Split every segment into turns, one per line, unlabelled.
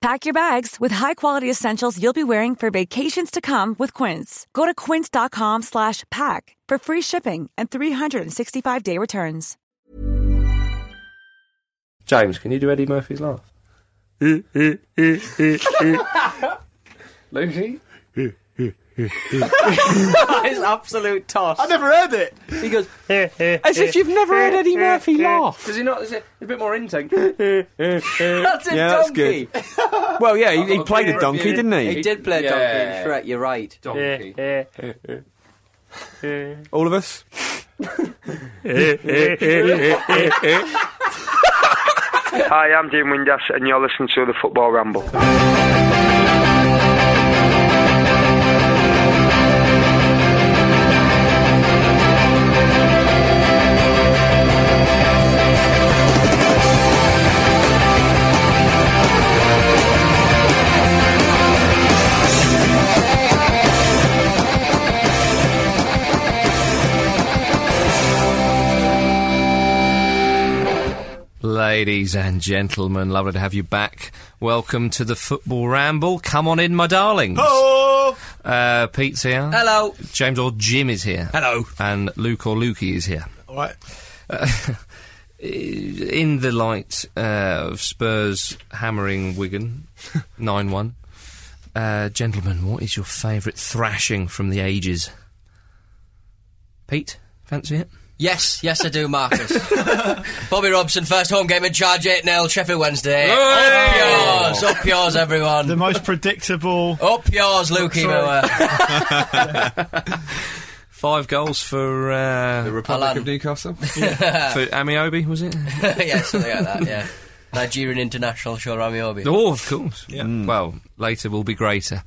Pack your bags with high-quality essentials you'll be wearing for vacations to come with Quince. Go to quince.com slash pack for free shipping and 365-day returns.
James, can you do Eddie Murphy's laugh? Lucy?
It's absolute toss.
I never heard it.
He goes as if you've never heard Eddie Murphy laugh.
Does he not? Is it a bit more intake?
That's a
Yeah, that's
donkey.
Well, yeah, he, he played a donkey, didn't
He
he?
did play
Yeah.
a donkey in Shrek. You're right.
Donkey.
All of us.
Hi, I'm Dean Windass, and you're listening to the Football Ramble.
Ladies and gentlemen, lovely to have you back. Welcome to the Football Ramble. Come on in, my darlings.
Oh!
Uh, Pete's here.
Hello.
James or Jim is here.
Hello.
And Luke or Lukey is here.
All right.
In the light uh, of Spurs hammering Wigan 9 1. Uh, gentlemen, what is your favourite thrashing from the ages? Pete, fancy it?
Yes, yes, I do, Marcus. Bobby Robson, first home game in charge, 8 0, Sheffield Wednesday.
Oh,
Hey!
Up yours, up yours, everyone.
The most predictable.
Up yours, Lukey Moore.
Sorry.
Five goals for uh,
Republic
Alan.
of Newcastle.
Uh.
for Amiobi, was it?
yeah, something like that, yeah. Nigerian international, sure, Amiobi.
Oh, of course.
Mm.
Well, later will be greater.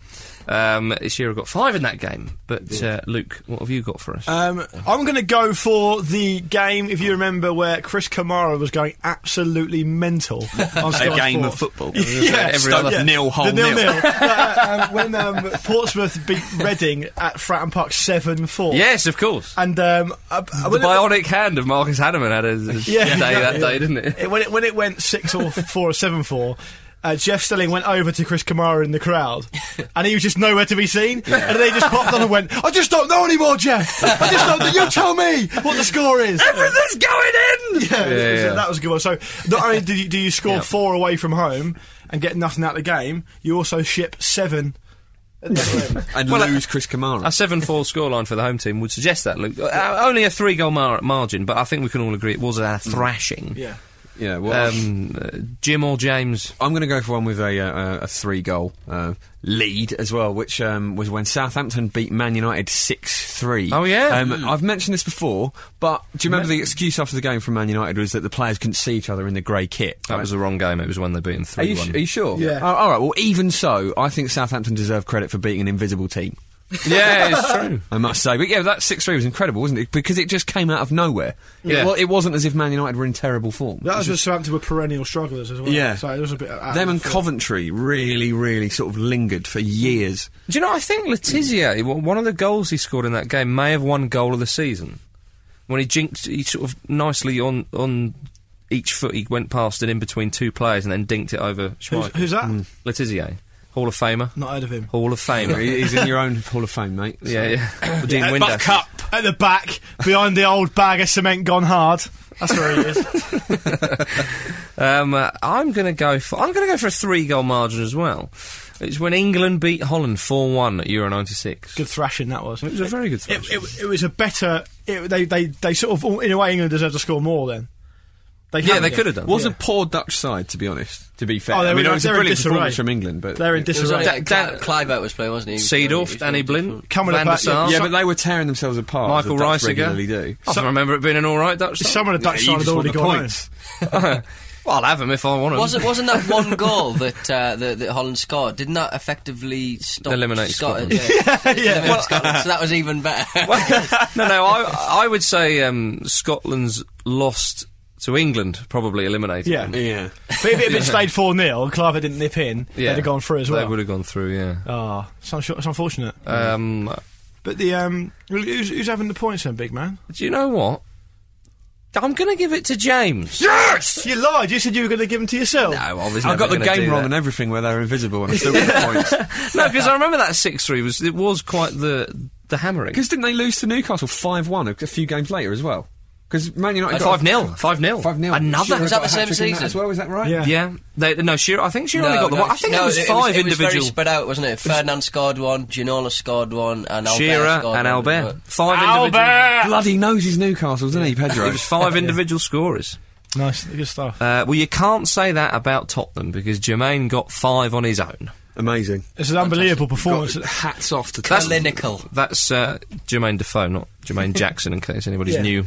Um, Shearer got five in that game, but uh, Luke, what have you got for us?
Um, I'm going to go for the game, if you remember, where Chris Kamara was going absolutely mental. On Sky
A game of
Sports.
football.
Yeah,
every
Stoke
other-
nil, whole
the nil
nil.
nil. Uh, um, when um, Portsmouth beat Reading at Fratton Park seven four.
yes, of course.
And um, I, I,
The
when, it,
bionic hand of Marcus Hanneman had a a
Yeah,
day that
exactly.
day, didn't it?
it- when it when it went six or four or seven four. Uh, Jeff Stelling went over to Chris Kamara in the crowd, and he was just nowhere to be seen. And they just popped on and went, "I just don't know anymore, Jeff. I just don't. Know. You tell me what the score is."
Everything's going in!
Yeah,
Yeah, yeah.
that was a good one. So not only do you, do you score four away from home and get nothing out of the game, you also ship seven. at the other end.
And lose Chris Kamara.
A 7 4 scoreline for the home team would suggest that, Luke. Uh, only a three goal mar- margin, but I think we can all agree it was a thrashing.
yeah.
Yeah, well,
Um, uh, Jim or James?
I'm going to go for one with a, uh, a three goal uh, lead as well, which um, was when Southampton beat Man United 6 3.
Oh, yeah.
Um, I've mentioned this before, but do you remember the excuse after the game from Man United was that the players couldn't see each other in the grey kit?
That was the wrong game. It was when they beat him 3
Are you,
1.
are you sure?
Yeah.
Oh, all right, well, even so, I think Southampton deserve credit for beating an invisible team.
yeah, it's true.
I must say. But yeah, that 6 3 was incredible, wasn't it? Because it just came out of nowhere.
Yeah.
It, wa- it wasn't as if Man United were in terrible form.
That was just Southampton were perennial strugglers as well.
Yeah.
so it was a bit. out
Them
of
and
the-
Coventry really, really sort of lingered for years.
Do you know, I think Letizia, w- one of the goals he scored in that game, may have won goal of the season. When he jinked, he sort of nicely on on each foot, he went past and in between two players and then dinked it over
Who's,
Schmeichel.
who's that?
Letizia, Hall of Famer.
Not heard of him.
Hall of Famer.
He- He's in your own Hall of Fame, mate. So-
yeah, yeah. Dean
At-
Windass.
at the back, behind the old bag of cement gone hard. That's where he is.
Um, uh, I'm going to go for I'm going to go for a three goal margin as well. It's when England beat Holland four one at Euro '96.
good thrashing that was.
It was a very good.
It,
selection.
it, it was a better. It, they, they they sort of in a way England deserved to score more then. They
yeah,
haven't
they
yet.
could have done.
Was a poor Dutch side, to be honest. To be fair,
Oh, they
I
were
mean,
in-
it was a
they're in
brilliant performance
disarray.
from England, but
They're in
It was
disarray.
only
Da-
like
da-
Cli- Clive out was playing, wasn't he? He was-
Seedorf,
he was-
Danny Blin,
Coming
Van der
about-
Sar,
yeah, but they were tearing themselves apart. as
Michael
the Dutch
Reisiger.
regularly do.
I don't remember it being an all right Dutch. side.
Some of the Dutch
Yeah, you
side had
just want the
already gone.
points.
home.
Well, I'll have him if I want him.
Wasn't wasn't that one goal that uh, that, that Holland scored? Didn't that effectively stop
Eliminate
Scotland? Yeah, Eliminate Scotland, so that was even better.
no, no. I I would say um, Scotland's lost to England probably eliminated.
Yeah.
them.
Yeah.
But if it had been stayed 4 0 and Cliver didn't nip in, they'd have gone through as
They
well.
would have gone through. Yeah.
Ah, it's, unsu- it's unfortunate.
Um,
But the um, who's, who's having the points then, big man?
do you know what? I'm going to give it to James.
Yes! You lied. You said you were going to give them to yourself.
No, I was
I
never
got the
gonna do
game wrong
that.
and everything where they're invisible and I still got points.
No, because I remember that six three was it was quite the the hammering.
Because didn't they lose to Newcastle 5 1 a few games later as well? Because Man United got
Five 0 five 0
5 0.
Another.
Was that the same season?
as well? Is that right?
Yeah.
Yeah. They, no, she. I think she only got the one. I think
no,
it was five
it was very
individual.
spread out, wasn't it? Ferdinand scored one, Ginola scored one, and Albert
Shearer
scored
and
one.
Albert. Five individual.
Albert!
Bloody knows his Newcastle, doesn't he, Pedro?
It was five individual scorers.
Nice, good stuff.
Uh, well, you can't say that about Tottenham because Jermaine got five on his own.
Amazing.
It's an unbelievable performance.
Hats off to
That's clinical.
That's uh, Jermaine Defoe, not Jermaine Jackson, in case anybody's
Yeah.
new.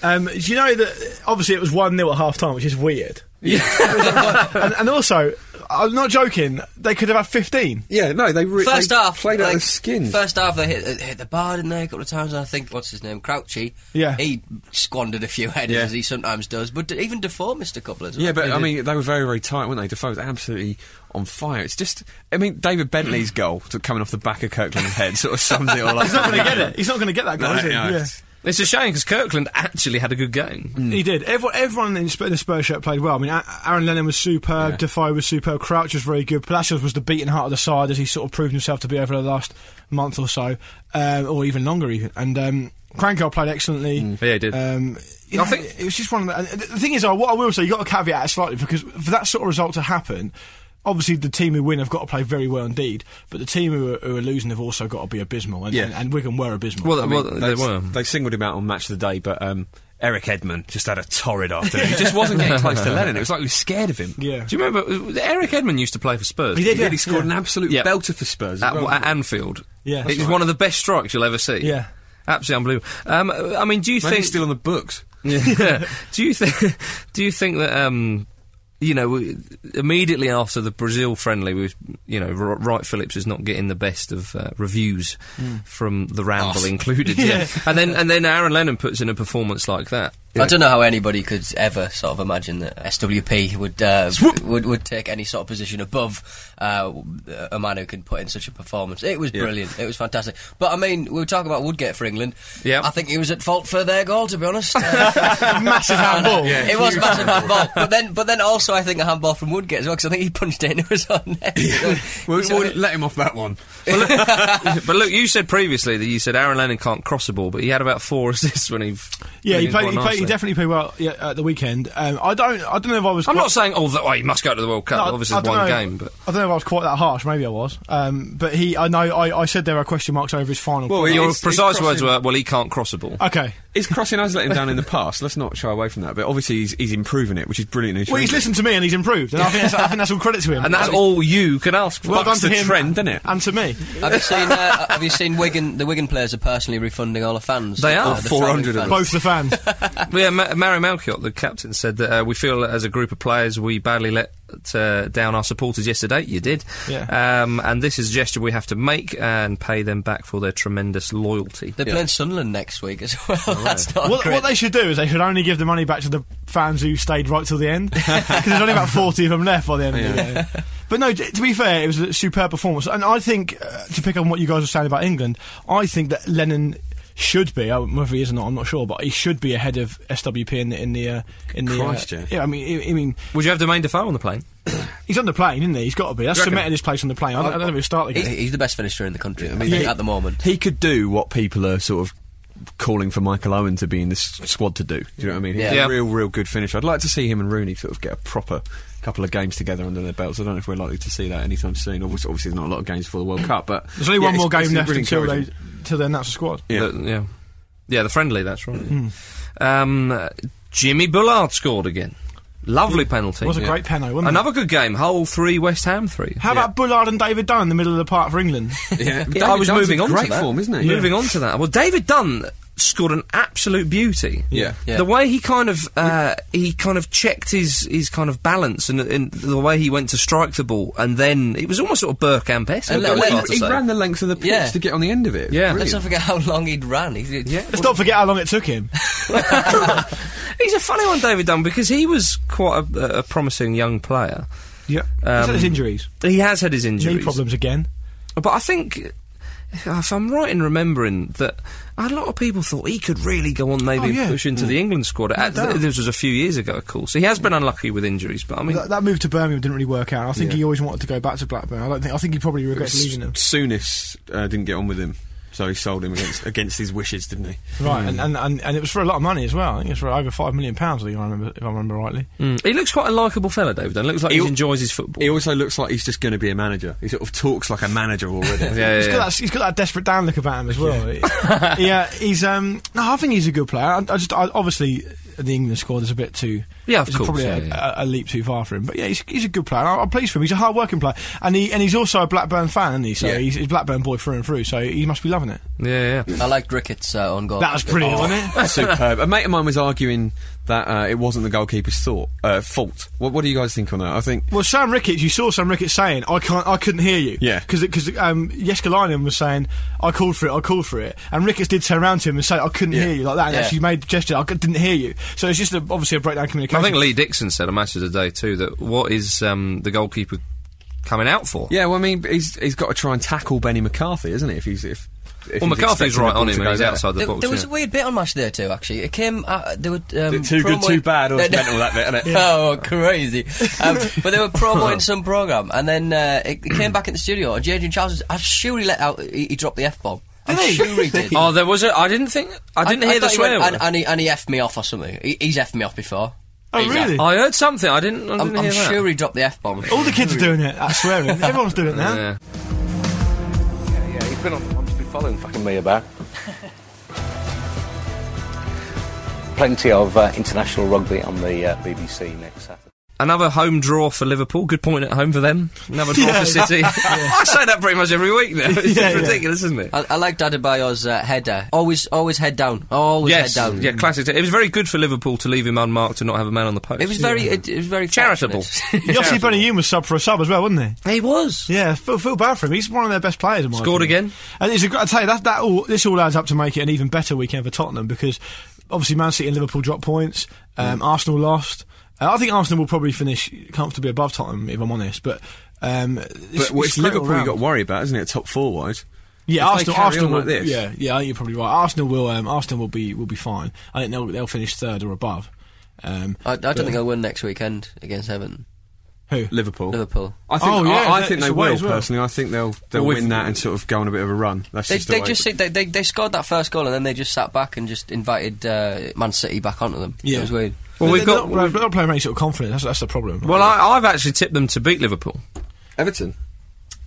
Um, do you know that obviously it was 1 0 at half time, which is weird. and, and also, I'm not joking, they could have had 15.
Yeah, no, they re-
First
they
half,
played out
like,
of skin.
First half, they hit, uh, hit the bar, didn't they? A couple of times, and I think what's his name, Crouchy.
Yeah.
he squandered a few headers
Yeah.
as he sometimes does. But d- even Defoe missed a couple as well.
Yeah, but I mean, they were very, very tight, weren't they? Defoe was absolutely on fire. It's just, I mean, David Bentley's goal to- coming off the back of Kirkland's head sort of sums it all up.
He's not going to get it. He's not going to get that goal,
No,
is he?
no,
Yeah.
it's-
It's a shame because Kirkland actually had a good game.
He did. Everyone, everyone in Sp- the Spurs shirt played well. I mean, A- Aaron Lennon was superb. Defoe was superb. Crouch was very good. Palacios was the beating heart of the side as he sort of proved himself to be over the last month or so, um, or even longer even. And um, Cranko played excellently.
Mm. Yeah, he did.
Um, you
I
know,
think-
it was just one of the. and th- The thing is, uh, what I will say, you got to caveat it slightly because for that sort of result to happen. Obviously, the team who win have got to play very well indeed, but the team who are, who are losing have also got to be abysmal, and,
Yeah.
and, and Wigan were abysmal.
Well,
I
well,
mean,
they
s-
were.
They singled him out on Match of the Day, but um, Eric Edman just had a torrid afternoon. he just wasn't getting close to Lennon. It was like he was scared of him.
yeah,
Do you remember uh, Eric Edmond used to play for Spurs?
He did,
He
yeah.
really scored an absolute
Yeah. uh,
belter for Spurs. as
at,
well.
at Anfield.
Yeah.
it was one of the best strikes you'll ever see.
Yeah.
absolutely unbelievable. Um, I mean, do you
Man,
think?
he's still on the books.
Yeah. do you think? Do you think that? Um, you know, we- immediately after the Brazil friendly, we, you know, R- Wright Phillips is not getting the best of uh, reviews
Mm.
from the ramble included. Yeah. and then and then Aaron Lennon puts in a performance like that.
I don't know how anybody could ever sort of imagine that SWP would uh, would would take any sort of position above uh, a man who can put in such a performance. It was brilliant. It was fantastic. But I mean, we were talking about Woodgate for England.
Yeah.
I think he was at fault for their goal. To be honest, Uh,
massive handball.
it was massive handball. But then, but then also, I think a handball from Woodgate as well because I think he punched it into his own net.
We
So-
wouldn't let him off that one.
but look, you said previously that you said Aaron Lennon can't cross a ball, but he had about four assists when he.
Yeah,
when
he
was quite
played. He, played, he
nicely.
definitely played well yeah, at the weekend. Um, I don't. I don't know if I was.
I'm
quite-
not saying, oh, that, oh, he must go to the World Cup.
no,
Obviously,
I
it's
don't
one
know-
game, but
I don't know if I was quite that harsh. Maybe I was. Um, but he, I know. I, I said there are question marks over his final.
Well,
point.
he-
your
it's-
precise
it's
words
crossing-
were, well, he can't cross a ball.
okay.
His crossing has let him down in the past. Let's not shy away from that. But obviously, he's, he's improving it, which is brilliant news. for
Well, he's
England.
listened to me and he's improved, and I think that's, I think that's all credit to him.
and that's all you can ask for.
Well
bucks
done to
the
him.
trend, isn't it?
And to me,
Have you seen? Uh, have you seen Wigan? The Wigan players are personally refunding all the fans.
They are.
Uh, the
400 of them.
travelling
both the fans.
yeah, Ma- Mario Malchiot, the captain, said that uh, we feel that as a group of players we badly let uh, down our supporters yesterday. You did.
Yeah.
Um, and this is a gesture we have to make and pay them back for their tremendous loyalty.
They're playing Sunderland next week as well. That's not
what,
great.
what they should do is they should only give the money back to the fans who stayed right till the end, because there's only about forty of them left by the end of the game. But no, t- to be fair, it was a superb performance, and I think uh, to pick up on what you guys were saying about England, I think that Lennon should be uh, whether he is or not, I'm not sure, but he should be ahead of SWP in the in the uh, in the. uh,
Christ, yeah.
I mean, I, I mean,
Would you have Domain Defoe on the plane?
he's on the plane, isn't he? He's got to be. That's
reckon?
cemented his place on the plane. I don't, I don't know if he'll start
He's,
again.
he's the best finisher in the country I think,
Yeah.
at the moment.
He could do what people are sort of calling for Michael Owen to be in this squad to do. Do you know what I mean? He's
Yeah.
a real, real good finisher. I'd like to see him and Rooney sort of get a proper couple of games together under their belts. I don't know if we're likely to see that anytime soon. Obviously, obviously there's not a lot of games for the World Cup, but
There's only
yeah,
one
it's-
more game
it's
left
really
until they
encouraging.
until they announce the squad.
Yeah.
The- yeah. Yeah, the friendly, that's right.
Hmm.
Um, uh, Jimmy Bullard scored again. Lovely penalty.
It Hmm. was a
Yeah.
great penalty, wasn't it?
Another good game. Hull 3, West Ham 3.
How about Bullard and David Dunn in the middle of the park for England?
Yeah.
I was moving on
great
to that.
form, isn't he?
Moving on to that. Well, David Dunn scored an absolute beauty.
Yeah.
Yeah.
The way he kind of uh, he kind of checked his, his kind of balance and, and the way he went to strike the ball, and then it was almost sort of Burkamp-esque.
And
I'd go
let-
as far
let-
to
He
say.
ran the length of the pitch
Yeah.
to get on the end of it.
Yeah.
Brilliant.
Let's not forget how long he'd ran. He did.
Yeah.
Let's not forget how long it took him.
He's a funny one, David Dunn, because he was quite a, a promising young player.
yeah.
Um,
He's had his injuries.
He has had his injuries.
Knee problems again.
But I think, if I'm right in remembering that, a lot of people thought he could really go on maybe
Oh, yeah.
and push into the England squad. Uh, th-
doubt.
this was a few years ago, of course. He has been unlucky with injuries, but I mean,
That, that move to Birmingham didn't really work out. I think he always wanted to go back to Blackburn. I don't think. I think he probably regrets leaving them.
Soonest uh, didn't get on with him, so he sold him against against his wishes, didn't he?
Right,
Hmm.
and, and, and, and it was for a lot of money as well. I think it was for over five million pounds. I think if I remember, if I remember rightly.
Mm. he looks quite a likable fella, David. Dunn. looks like he,
He-
enjoys his football.
He also looks like he's just going to be a manager. He sort of talks like a manager already.
yeah, yeah,
He's
yeah.
got that, he's got that desperate down look about him as well. Yeah, he's um. No, I think he's a good player. I, I just I, obviously the England squad is a bit too.
Yeah, of
it's
course,
Probably
yeah,
a,
yeah.
A, a leap too far for him. But yeah, he's, he's a good player. I, I'm pleased for him. He's a hard working player, and he and he's also a Blackburn fan, isn't he? So
Yeah.
he's, he's a Blackburn boy through and through. So he must be loving it.
yeah, yeah.
I liked Ricketts uh, on goal.
That
Oh,
was brilliant, wasn't it?
Superb. A mate of mine was arguing that uh, it wasn't the goalkeeper's thought uh, fault. What, what do you guys think on that? I think
Well, Sam Ricketts, you saw Sam Ricketts saying, "I can't, I couldn't hear you."
Yeah.
because because um, Jeskalainen was saying, "I called for it, I called for it," and Ricketts did turn around to him and say, "I couldn't
Yeah.
hear you" like that, and
Yeah.
actually made the gesture, "I c- didn't hear you." So it's just a, obviously a breakdown in
I
communication.
think Lee Dixon said a match of the day too that what is um, the goalkeeper coming out for?
Yeah, well, I mean, he's he's got to try and tackle Benny McCarthy, isn't he? If he's if, if
Well,
he's
McCarthy's
expecting
right
the
on
ball to
him,
go
and he's
there.
outside the
There,
box.
there was
yeah.
a weird bit on match there too. Actually, it came. Uh, there were um,
Is it too good,
promoting-
too bad, or is it
No, no.
mental that bit, innit?
Oh, crazy! Um, but they were promoting some program, and then uh, it, it came back in the studio. And Adrian Charles, was, I'm sure he let out. He, he dropped the f bomb. I'm sure he did.
Oh, there was a. I didn't think. I didn't hear the
thought he went-
swear. word.
and, and he and he effed me off or something. He, he's effed me off before.
Oh,
He's
really?
effed-
I heard something. I didn't. I didn't
I'm, I'm
hear that.
sure he dropped the f bomb.
All the kids are doing it. That's swearing. Everyone's doing it now.
Yeah.
Yeah, he's been on. I've just been following fucking me about. Plenty of uh, international rugby on the uh, BBC next Saturday.
Another home draw for Liverpool. Good point at home for them. Another draw for City. I say that pretty much every week now. It's
Yeah, yeah.
just ridiculous, isn't it?
I, I liked Adebayo's uh, header. Always, always head down. Always
yes.
head down.
Yeah, classic. It was very good for Liverpool to leave him unmarked and not have a man on the post.
It was very, it, it was very
charitable.
fortunate.
Yossi Benayoun was sub for a sub as well, wasn't he?
he was.
Yeah, feel, feel bad for him. He's one of their best players. In my
Scored
opinion.
again.
And it's a, gr- I tell you that that all this all adds up to make it an even better weekend for Tottenham because obviously Man City and Liverpool dropped points.
Mm.
Um, Arsenal lost. Uh, I think Arsenal will probably finish comfortably above Tottenham if I'm honest, but. Um, it's,
But well, it's
great all
Liverpool you
round.
got to worry about, isn't it? Top four wise.
Yeah,
if they
Arsenal.
carry
Arsenal
on
will,
like this.
Yeah, yeah, I think you're probably right. Arsenal will. Um, Arsenal will be will be fine. I think they'll they'll finish third or above. Um,
I, I don't think they'll win next weekend against Everton.
who?
Liverpool.
Liverpool.
I think.
Oh, yeah,
I, I
that-
think
it's
they
away
will.
as well.
Personally, I think they'll they'll
Well,
win
we've-
that and sort of go on a bit of a run. That's
They
just
they
the way.
just they, they they scored that first goal and then they just sat back and just invited uh, Man City back onto them.
Yeah.
It was weird.
Well,
They're-
we've
they're
got.
Not, they're not playing with any sort of confidence. That's, that's the problem.
Well, I, I've actually tipped them to beat Liverpool.
Everton.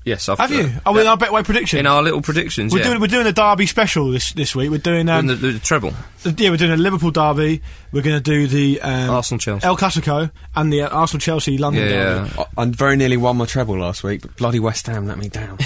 Yes, I've
have you? Oh, in our betway prediction.
In our little predictions,
We're
yeah.
doing we're doing a derby special this this week. We're doing
And
um,
the, the treble.
yeah, we're doing a Liverpool derby. We're going to do the um,
Arsenal Chelsea.
El Clasico and the uh, Arsenal Chelsea London
Yeah,
derby.
yeah.
I, I very nearly won my treble last week, but bloody West Ham let me down.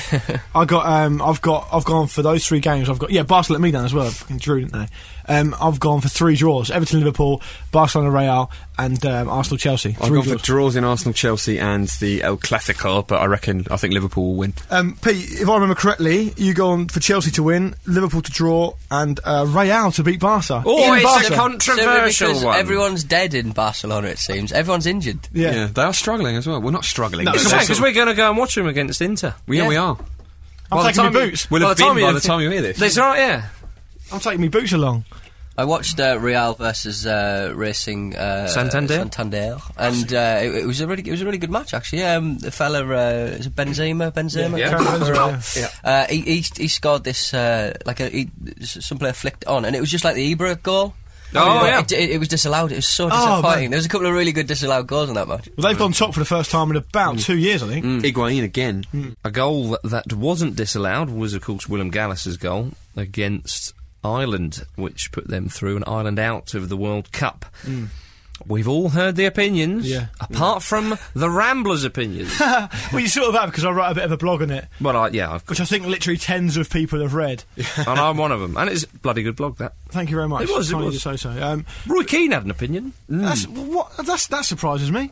I got um, I've got I've gone for those three games. I've got yeah, Barcelona let me down as well. Fucking drew, didn't they? Um, I've gone for three draws: Everton, Liverpool, Barcelona, Real, and um, Arsenal Chelsea.
I've
Three
gone for
draws.
draws in Arsenal, Chelsea, and the El Clasico, but I reckon I think Liverpool will win.
um, Pete, if I remember correctly, you gone for Chelsea to win, Liverpool to draw, and uh, Real to beat Barca.
Oh,
In
it's
Barca.
a controversial
Simply because
one.
Everyone's dead in Barcelona. It seems everyone's injured.
yeah.
they are struggling as well. We're not struggling.
No,
but
It's
so
they're
because
sort
we're going to go and watch him against Inter.
of- yeah, we are.
I'm
By the
taking my
time you-
boots.
We'll
By
have
the
been
time you-
by the time you hear this.
That's right, yeah.
I'm taking my boots along.
I watched uh, Real versus uh, Racing uh,
Santander?
Santander, and uh, it, it was a really it was a really good match actually. Um, the fella uh, is it Benzema, Benzema,
Yeah.
Benzema,
Benzema,
Uh, he, he he scored this uh, like a, he, some player flicked on, and it was just like the Ibra goal.
Oh,
But
yeah.
It, it, it was disallowed. It was so
Oh,
disappointing.
man.
there was a couple of really good disallowed goals in that match.
Well, they've gone top for the first time in about two years, I think.
Higuain again.
A goal that- that wasn't disallowed was, of course, Willem Gallis's goal against Ireland, which put them through and Ireland out of the World Cup. We've all heard the opinions,
Yeah.
apart from the Ramblers' opinions.
well, you sort of have because I write a bit of a blog on it,
well, I, yeah, I've,
which I think literally tens of people have read.
and I'm one of them, and it's a bloody good blog. That
Thank you very much.
It was, it
Tiny
was.
So so. Um,
Roy Keane had an opinion.
that's, what, that's, that surprises me.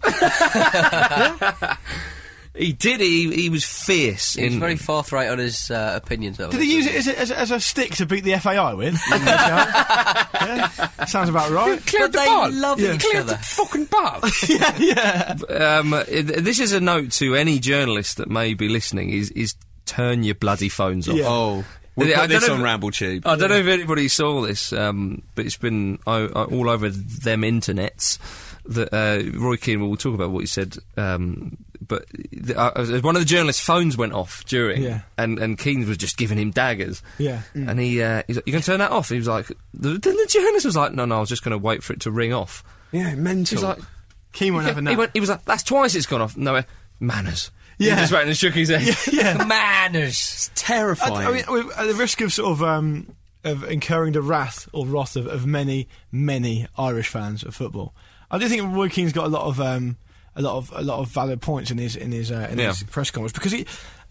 He did. He he was fierce.
He's
in,
very forthright on his uh, opinions. Though,
Did he use it as a, as, a, as a stick to beat the FAI with? yeah, sounds about right.
cleared
But
the
they
bar.
love
Yeah.
each
Cleared
other.
the fucking bar. Um, uh, this is a note to any journalist that may be listening: is is turn your bloody phones off.
Yeah.
Oh, we
I
put
don't
this
know
on
if-
Ramble Tube.
I don't know if anybody saw this, um, but it's been o- o- all over them internets that uh, Roy Keane. We'll talk about what he said, um, but the, uh, one of the journalists' phones went off during,
Yeah.
and and Keane was just giving him daggers.
Yeah.
and he uh, he's like, "You can turn that off." He was like, the, then the journalist was like, "No, no, I was just going to wait for it to ring off."
yeah,
He
mental.
was like,
Keen won't have
he,
enough.
went, he was like, "That's twice it's gone off." No uh, manners.
Yeah.
he just went and shook his head.
yeah.
Manners.
I,
terrifying.
I mean, with- at the risk of sort of um, of incurring the wrath or wrath of, of many, many Irish fans of football, I do think Roy Keane's got a lot of um, a lot of a lot of valid points in his in his uh, in
Yeah.
his press conference because he.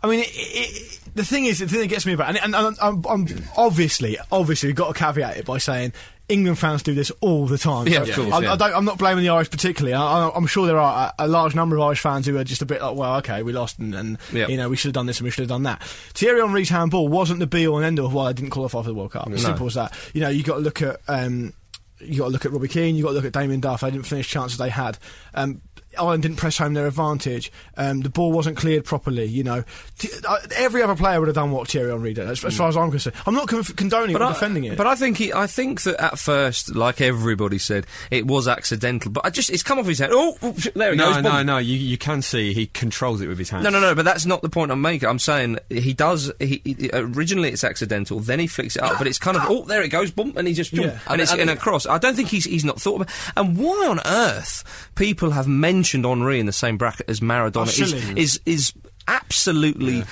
I mean, it, it, the thing is, the thing that gets me about, and, and, and I'm, I'm obviously, obviously, we've got to caveat it by saying England fans do this all the time.
Yeah, of course,
I,
yeah.
I don't, I'm not blaming the Irish particularly. I, I, I'm sure there are a, a large number of Irish fans who are just a bit like, well, okay, we lost, and, and
Yeah.
you know, we should have done this and we should have done that. Thierry Henry's handball wasn't the be all and end all of why I didn't qualify for the World Cup. As simple as that. You know, you got to look at um, you got to look at Robbie Keane, you got to look at Damien Duff. They didn't finish chances they had. Um, Ireland didn't press home their advantage. Um, the ball wasn't cleared properly. You know, T- uh, every other player would have done what Thierry Henry did. As, as far as I'm concerned, I'm not conf- condoning or
I-
defending it.
But I think he, I think that at first, like everybody said, it was accidental. But I just it's come off his head. Oh, oh, sh- there it
no,
goes.
no,
boom.
no. You, you can see he controls it with his hands.
No, no, no, but that's not the point I'm making. I'm saying he does. He, he- originally it's accidental, then he flicks it up, but it's kind of oh, there it goes, bump, and he just
Yeah.
and it's in a cross. I don't think he's he's not thought about. And why on earth people have mentioned Henri in the same bracket as Maradona
Oh,
is,
silly.
is is absolutely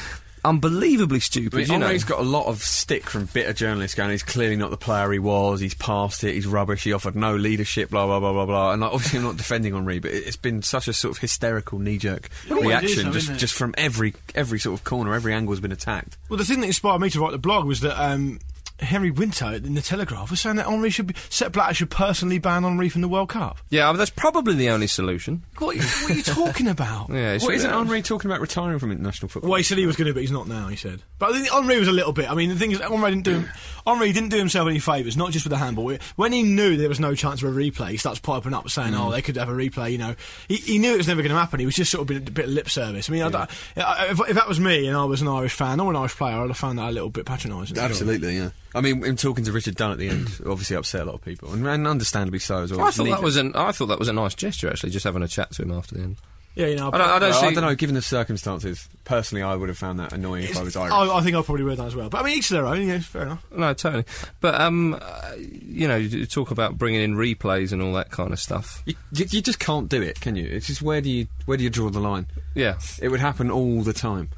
unbelievably stupid.
I mean,
you know,
Henry's got a lot of stick from bitter journalists going, he's clearly not the player he was, he's past it, he's rubbish, he offered no leadership, blah, blah, blah, blah, blah. And like, obviously, I'm not defending Henri, but it- it's been such a sort of hysterical knee jerk
always is,
reaction
though,
just,
isn't it?
just from every every sort of corner, every angle's been attacked.
Well, the thing that inspired me to write the blog was that um, Henry Winter in the Telegraph was saying that Henry should be, Sepp Blatter should personally ban Henry from the World Cup.
yeah, I mean, that's probably the only solution.
What, are you- what are you talking about?
Yeah, it's-
Well, isn't Henri talking about retiring from international football?
Well, he said he was going to, but he's not now. He said, but I think Henri was a little bit. I mean, the thing is, Henri didn't do Henri didn't do himself any favours. Not just with the handball. When he knew there was no chance of a replay, he starts piping up saying,
Mm.
"Oh, they could have a replay." You know, he, he knew it was never going to happen. He was just sort of been a bit of lip service. I mean, I don't- I- if, if that was me and I was an Irish fan or an Irish player, I'd have found that a little bit patronising.
Absolutely, yeah. I mean, in talking to Richard Dunn at the end, obviously upset a lot of people, and, and understandably so as well.
I
It's
thought that
knee-jerk.
was an I thought that was a nice gesture actually, just having a chat to him after the end.
Yeah, you know.
I don't, I don't
Well,
see.
I don't know. Given the circumstances, personally, I would have found that annoying if I was Irish.
I, I think I probably read that as well. But I mean, each to their own. Yeah, fair enough.
No, totally. But um, uh, you know, you talk about bringing in replays and all that kind of stuff.
You, you, you just can't do it, can you? It's just where do you where do you draw the line?
Yeah,
It would happen all the time.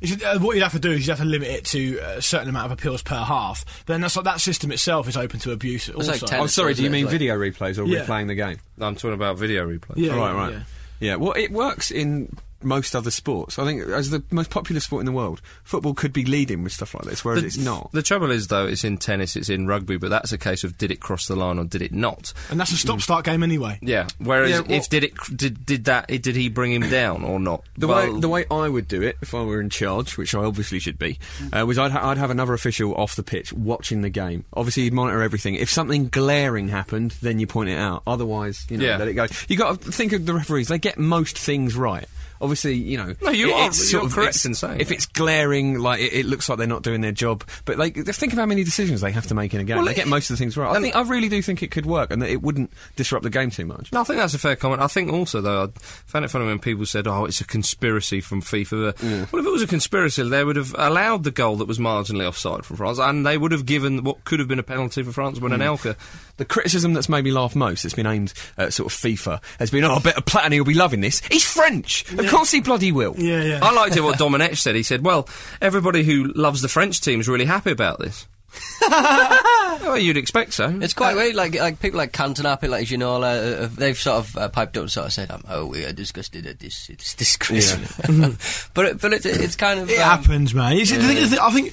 It's just, uh, what you'd have to do is you'd have to limit it to a certain amount of appeals per half. But then that's like that system itself is open to abuse. Also,
like tennis.
I'm Oh, sorry. Do you
It's
mean
like-
video replays or
Yeah.
replaying the game?
I'm talking about video replays.
Yeah,
right,
yeah,
right.
yeah.
Yeah. Well, it works in most other sports. I think as the most popular sport in the world, football could be leading with stuff like this, whereas it's not.
The trouble is, though, it's in tennis, it's in rugby, but that's a case of did it cross the line or did it not?
and that's a stop-start game anyway.
Yeah. Whereas
Yeah, well-
if did it cr- did did that did he bring him down or not?
The
well,
way the way I would do it if I were in charge, which I obviously should be, uh, was I'd, ha- I'd have another official off the pitch watching the game. Obviously, he'd monitor everything. If something glaring happened, then you point it out. Otherwise, you know,
Yeah.
let it go. You got to think of the referees; they get most things right. Obviously, you know.
No, you
it-
are-
it's
you're
sort of-
correct
it's-
in saying
If
that.
it's glaring, like it, it looks like they're not doing their job. But like, just think of how many decisions they have to make in a game.
Well,
they
it-
get most of the things right. I think I really do think it could work, and that it wouldn't disrupt the game too much.
No, I think that's a fair comment. I think also though, I found it funny when people said, "Oh, it's a conspiracy from FIFA." Well, if it was a conspiracy, they would have allowed the goal that was marginally offside from France, and they would have given what could have been a penalty for France when an Elka
The criticism that's made me laugh most, that's been aimed at sort of FIFA, has been, oh, I bet Platini will be loving this. He's French! Of course he bloody will.
Yeah, yeah.
I liked it what Domenech said. He said, "Well, everybody who loves the French team is really happy about this." Well, you'd expect so.
It's
Uh,
quite weird. Like like people like Cantona, people like Ginola, uh, uh, they've sort of uh, piped up and sort of said, um, "Oh, we are disgusted at this. It's disgraceful." but it, but it, it's kind of
It
um,
happens, man. You see, the thing is that I think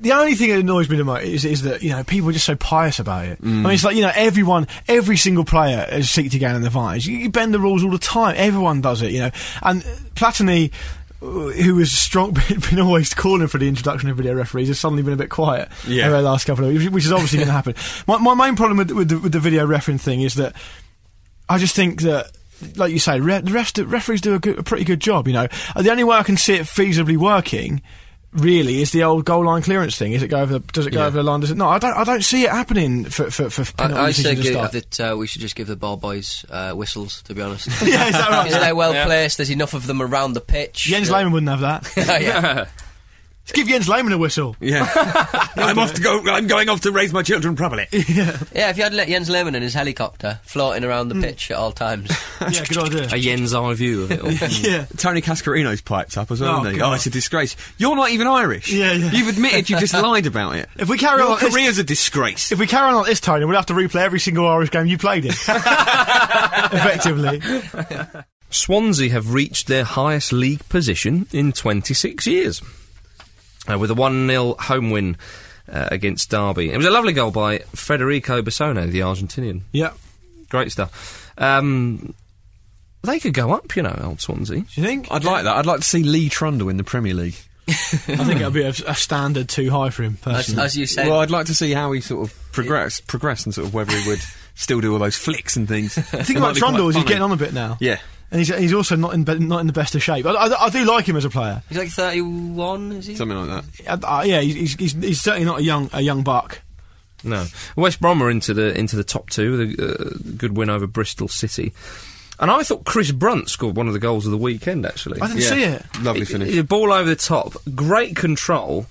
the only thing that annoys me the most is, is that you know people are just so pious about it. I mean, it's like you know everyone, every single player has seeked to gain in the vines. You, you bend the rules all the time. Everyone does it, you know. And Platini. uh, Who was strong, been always calling for the introduction of video referees, has suddenly been a bit quiet
Yeah.
over the last couple of weeks, which is obviously going to happen. My, my main problem with, with, the, with the video refereeing thing is that I just think that, like you say, re- the refs do, referees do a, good, a pretty good job. You know, And the only way I can see it feasibly working, really, is the old goal line clearance thing. Is it go over? The, does it go over the line? Does it? No, I don't. I don't see it happening for for for penalty
I, I say
decisions and
gi-
stuff.
that uh, we should just give the ball boys uh, whistles. To be honest,
Yeah, is that right?
Because they're well placed. There's enough of them around the pitch. Oh,
Jens Lehmann wouldn't have that. Let's
yeah.
give Jens Lehmann a whistle.
Yeah, I'm off to go. I'm going off to raise my children properly.
yeah, if you had let Jens Lehmann in his helicopter floating around
Hmm.
the pitch at all times,
yeah, good idea.
A yen's eye view of it all.
Yeah.
Tony Cascarino's piped up as well,
Oh,
hasn't he?
God.
Oh, it's a disgrace. You're not even Irish.
Yeah, yeah.
You've admitted you just lied about it.
If we carry
Your
on this-
career's a disgrace.
If we carry on like this, Tony, we'll have to replay every single Irish game you played in. Effectively.
Swansea have reached their highest league position in 26 years uh, with a 1 0 home win uh, against Derby. It was a lovely goal by Federico Bassone, the Argentinian.
Yeah.
Great stuff. Um, they could go up, you know, old Swansea.
Do you think?
I'd like that. I'd like to see Lee Trundle in the Premier League.
I think it'll be a, a standard too high for him.
as,
Personally.
as you said,
well, I'd like to see how he sort of progress, progress, and sort of whether he would still do all those flicks and things.
The thing about Trundle is he's getting on a bit now.
Yeah.
And he's, he's also not in, be- not in the best of shape. I, I, I do like him as a player.
he's like 31, is he?
something like that.
I, I, yeah, he's, he's, he's certainly not a young a young buck.
No, West Brom are into the into the top two with a uh, good win over Bristol City. And I thought Chris Brunt scored one of the goals of the weekend. Actually,
I didn't see it.
Lovely
It-
finish.
it- ball over the top, great control,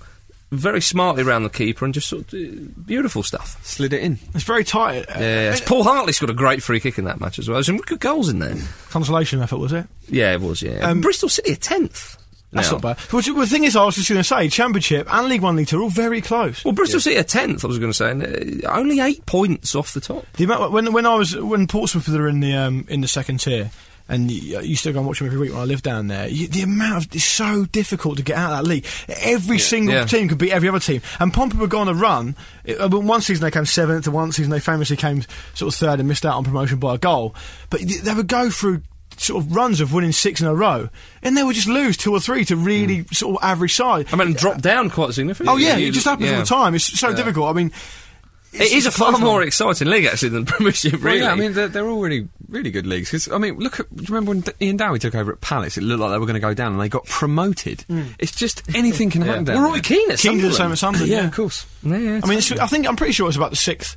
very smartly round the keeper, and just sort of uh, beautiful stuff.
Slid it in.
It's very tight. Uh,
Yes, Paul Hartley scored a great free kick in that match as well. There's some good goals in there.
Consolation effort, was it?
Yeah, it was. Yeah,
Um,
Bristol City are tenth.
That's
now.
not bad. Well, the thing is, I was just going to say, Championship and League One, League Two are all very close.
Well, Bristol City are tenth. I was going to say, and, uh, only eight points off the top.
The amount, when when I was when Portsmouth were in the um, in the second tier, and y- I used to go and watch them every week when I lived down there. You, the amount of, it's so difficult to get out of that league. Every single
Yeah.
team could beat every other team, and Pompey were going to run. It, I mean, one season they came seventh, and one season they famously came sort of third and missed out on promotion by a goal. But th- they would go through. Sort of runs of winning six in a row, and they would just lose two or three to really sort of average side.
Mm. I mean, dropped down quite significantly.
oh yeah, it just happens
yeah.
all the time. It's so difficult. I mean,
It is a
it's
far
close
more
one.
exciting league actually than Premiership. Really,
Well, yeah, I mean, they're, they're all really, really good leagues. 'Cause, I mean, look at. Do you remember when D- Ian Dowie took over at Palace? It looked like they were going to go down and they got promoted.
Hmm.
It's just anything can happen down
Well, Roy
there.
Keane at
King did the
Sunderland.
same at Sunderland.
Yeah,
yeah.
of course.
Yeah, yeah,
I mean, it's, I think I'm pretty sure it's about the sixth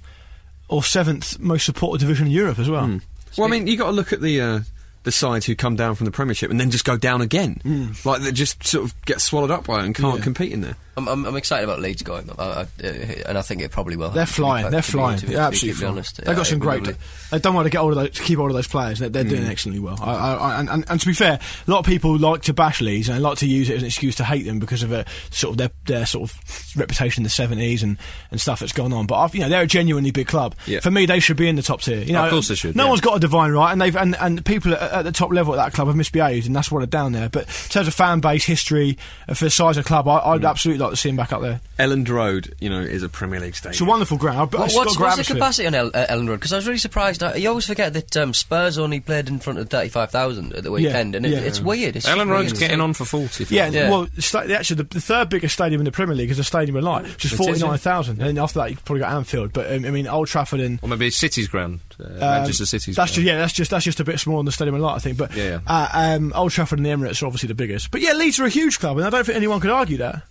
or seventh most supported division in Europe as well.
Well, I mean, you got to look at the uh, the sides who come down from the Premiership and then just go down again.
Hmm.
Like they just sort of get swallowed up by it and can't compete in there.
I'm, I'm, I'm excited about Leeds going up, I, I, uh, and I think it probably will.
They're
happen, to be
flying.
quite-
They're
to be-
flying.
to be-
They're
to be
absolutely flying.
honest,
They've
yeah,
got some
it
great.
would be-
They've done well to get all of those, to keep all of those players. They're, they're doing
Mm.
excellently well. I, I, I, and, and, and to be fair, a lot of people like to bash Leeds and they like to use it as an excuse to hate them because of a, sort of their, their sort of reputation in the seventies and, and stuff that's gone on. But I've, you know, they're a genuinely big club.
Yeah.
For me, they should be in the top tier. You know,
Of course they should,
No
yeah.
one's got a divine right, and they've and, and people at, at the top level at that club have misbehaved, and that's what are down there. But in terms of fan base, history, uh, for the size of the club, I, I'd
Mm.
absolutely like to see them back up there.
Elland Road, you know, is a Premier League stadium.
It's a wonderful ground. But
What-
it's got
what's, what's the
gravity.
capacity on El- uh, Ellen Road? Because I was really surprised. I, you always forget that um, Spurs only played in front of 35,000 at the weekend, and it,
yeah.
it's weird. It's
Alan
just
Road's
weird.
getting on for forty.
Yeah,
Yeah.
well, sta- the- actually, the, the third biggest stadium in the Premier League is the Stadium of Light, which is
It is, yeah.
49,000. And then after that, you've probably got Anfield. But, um, I mean, Old Trafford and.
Or maybe it's City's ground, uh,
um,
Manchester City's
that's just,
ground.
yeah, that's just that's just a bit smaller than the Stadium of Light, I think. But
Yeah, yeah.
Uh, um, Old Trafford and the Emirates are obviously the biggest. But yeah, Leeds are a huge club, and I don't think anyone could argue that.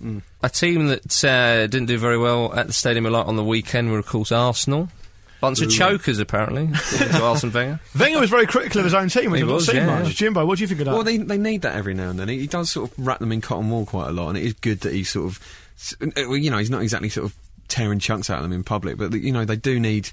A team that uh, didn't do very well at the Stadium a lot on the weekend were, of course, Arsenal. Bunch of chokers, apparently, according to Arsene Wenger.
Wenger was very critical of his own team, which
He
I've not
was,
seen
yeah,
much.
yeah.
Jimbo, what do you think of that?
Well, they they need that every now and then. He, he does sort of wrap them in cotton wool quite a lot, and it is good that he sort of, s- uh, well, you know, he's not exactly sort of tearing chunks out of them in public, but you know, they do need.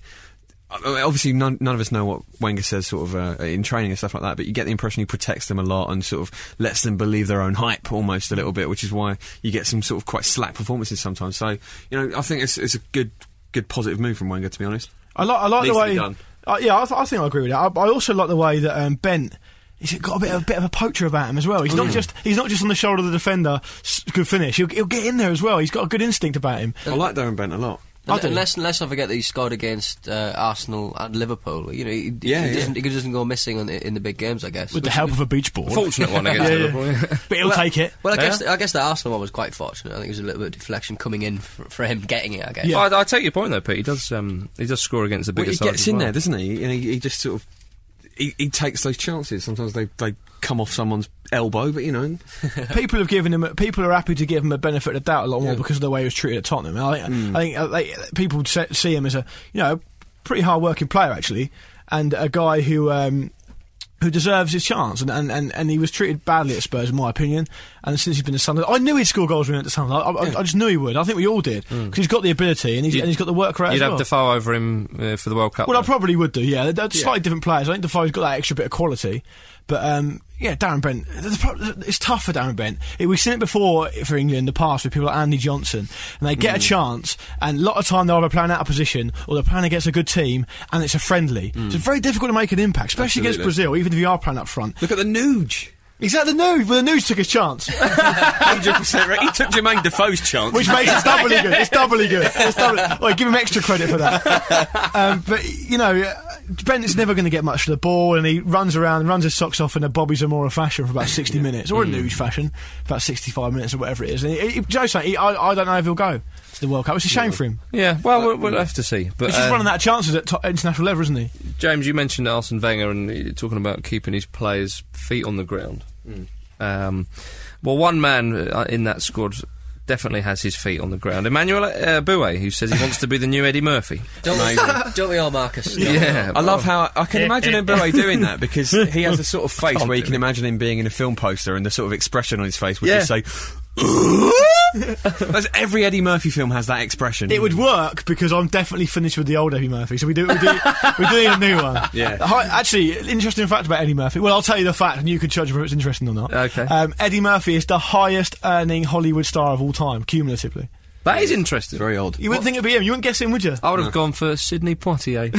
obviously none, none of us know what Wenger says sort of uh, in training and stuff like that, but you get the impression he protects them a lot and sort of lets them believe their own hype almost a little bit, which is why you get some sort of quite slack performances sometimes. So you know, I think it's it's a good good positive move from Wenger to be honest.
I like, I like the
Needs to be
way.
done.
Uh, yeah, I, th- I think I agree with that. I, I also like the way that um, Bent. He's got a bit, a bit of a poacher about him as well. He's not just he's not just on the shoulder of the defender. s- Good finish. He'll, he'll get in there as well. He's got a good instinct about him.
I like Darren Bent a lot.
I do.
Unless, unless I forget that he scored against uh, Arsenal and Liverpool. You know, he, he-
Yeah,
he
yeah.
doesn't he doesn't go missing on, the- in the big games, I guess.
With the help of a beach ball.
Fortunate one against
Yeah, yeah.
Liverpool. yeah.
But he'll take it.
Well, I guess I guess the Arsenal one was quite fortunate. I think it was a little bit of deflection coming in for, for him getting it. I guess.
Yeah.
I, I take your point though, Pete. He does. Um, he does score against the
Well,
bigger
he
sides
gets
as
in
well.
there, doesn't he? And he, he just sort of he, he takes those chances. Sometimes they they come off someone's elbow, but you know,
people have given him. People are happy to give him a benefit of doubt a lot more because of the way he was treated at Tottenham. I think,
Mm.
I think uh, they, people would se- see him as a you know pretty hard working player actually, and a guy who. Um, who deserves his chance, and, and, and, and he was treated badly at Spurs, in my opinion. And since he's been to Sunderland, I knew he'd score goals when he went to Sunderland. I, I, I just knew he would. I think we all did because he's got the ability and he's, and he's got the work rate. as
Mm. You'd
well.
have Defoe over him uh, for the World Cup.
Well, I
though.
probably would do. Yeah, they're slightly different players. I think Defoe's got that extra bit of quality, but um, yeah, Darren Bent. the pro- It's tough for Darren Bent. It- We've seen it before for England in the past with people like Andy Johnson, and they get a chance, and a lot of time they're either playing out of position or they're playing against a good team, and it's a friendly. So it's very difficult to make an impact, especially against
Absolutely.
Brazil, even if you are playing up front.
look at the Nuge.
Is that the news? Well, the news took his chance,
Hundred percent right. He took Jermaine Defoe's chance.
which makes it doubly good. It's doubly good. It's doubly. Well, give him extra credit for that. Um, but you know, uh, Bent's never going to get much to the ball, and he runs around, runs his socks off in a Bobby Zamora fashion for about sixty minutes, or a
Mm.
Nuge fashion, about sixty-five minutes or whatever it is. And he, he, Joe's saying, he, I, I don't know if he'll go to the World Cup. It's a shame for him.
Yeah. Well, we'll, we'll have to see. But
He's just
um,
running out of chances at to- international level, isn't he?
James, you mentioned Arsene Wenger and uh, talking about keeping his players' feet on the ground. Um, well, one man uh, in that squad definitely has his feet on the ground. Emmanuel uh, Boué, who says he wants to be the new Eddie Murphy.
Don't, we, don't we all, Marcus? Don't we
Yeah.
I love how I can imagine Mbappe doing that because he has the sort of face where you can imagine him being in a film poster and the sort of expression on his face which
Yeah.
is so. That's every Eddie Murphy film has that expression.
It
Hmm.
would work because I'm definitely finished with the old Eddie Murphy, so we do we do we do need a new one.
Yeah.
Hi- Actually, interesting fact about Eddie Murphy. Well, I'll tell you the fact, and you can judge whether it's interesting or not.
Okay.
Um, Eddie Murphy is the highest earning Hollywood star of all time, cumulatively.
That is interesting.
Very odd.
You wouldn't think it'd be him. You wouldn't guess him, would you?
I would have gone for Sydney Poitier.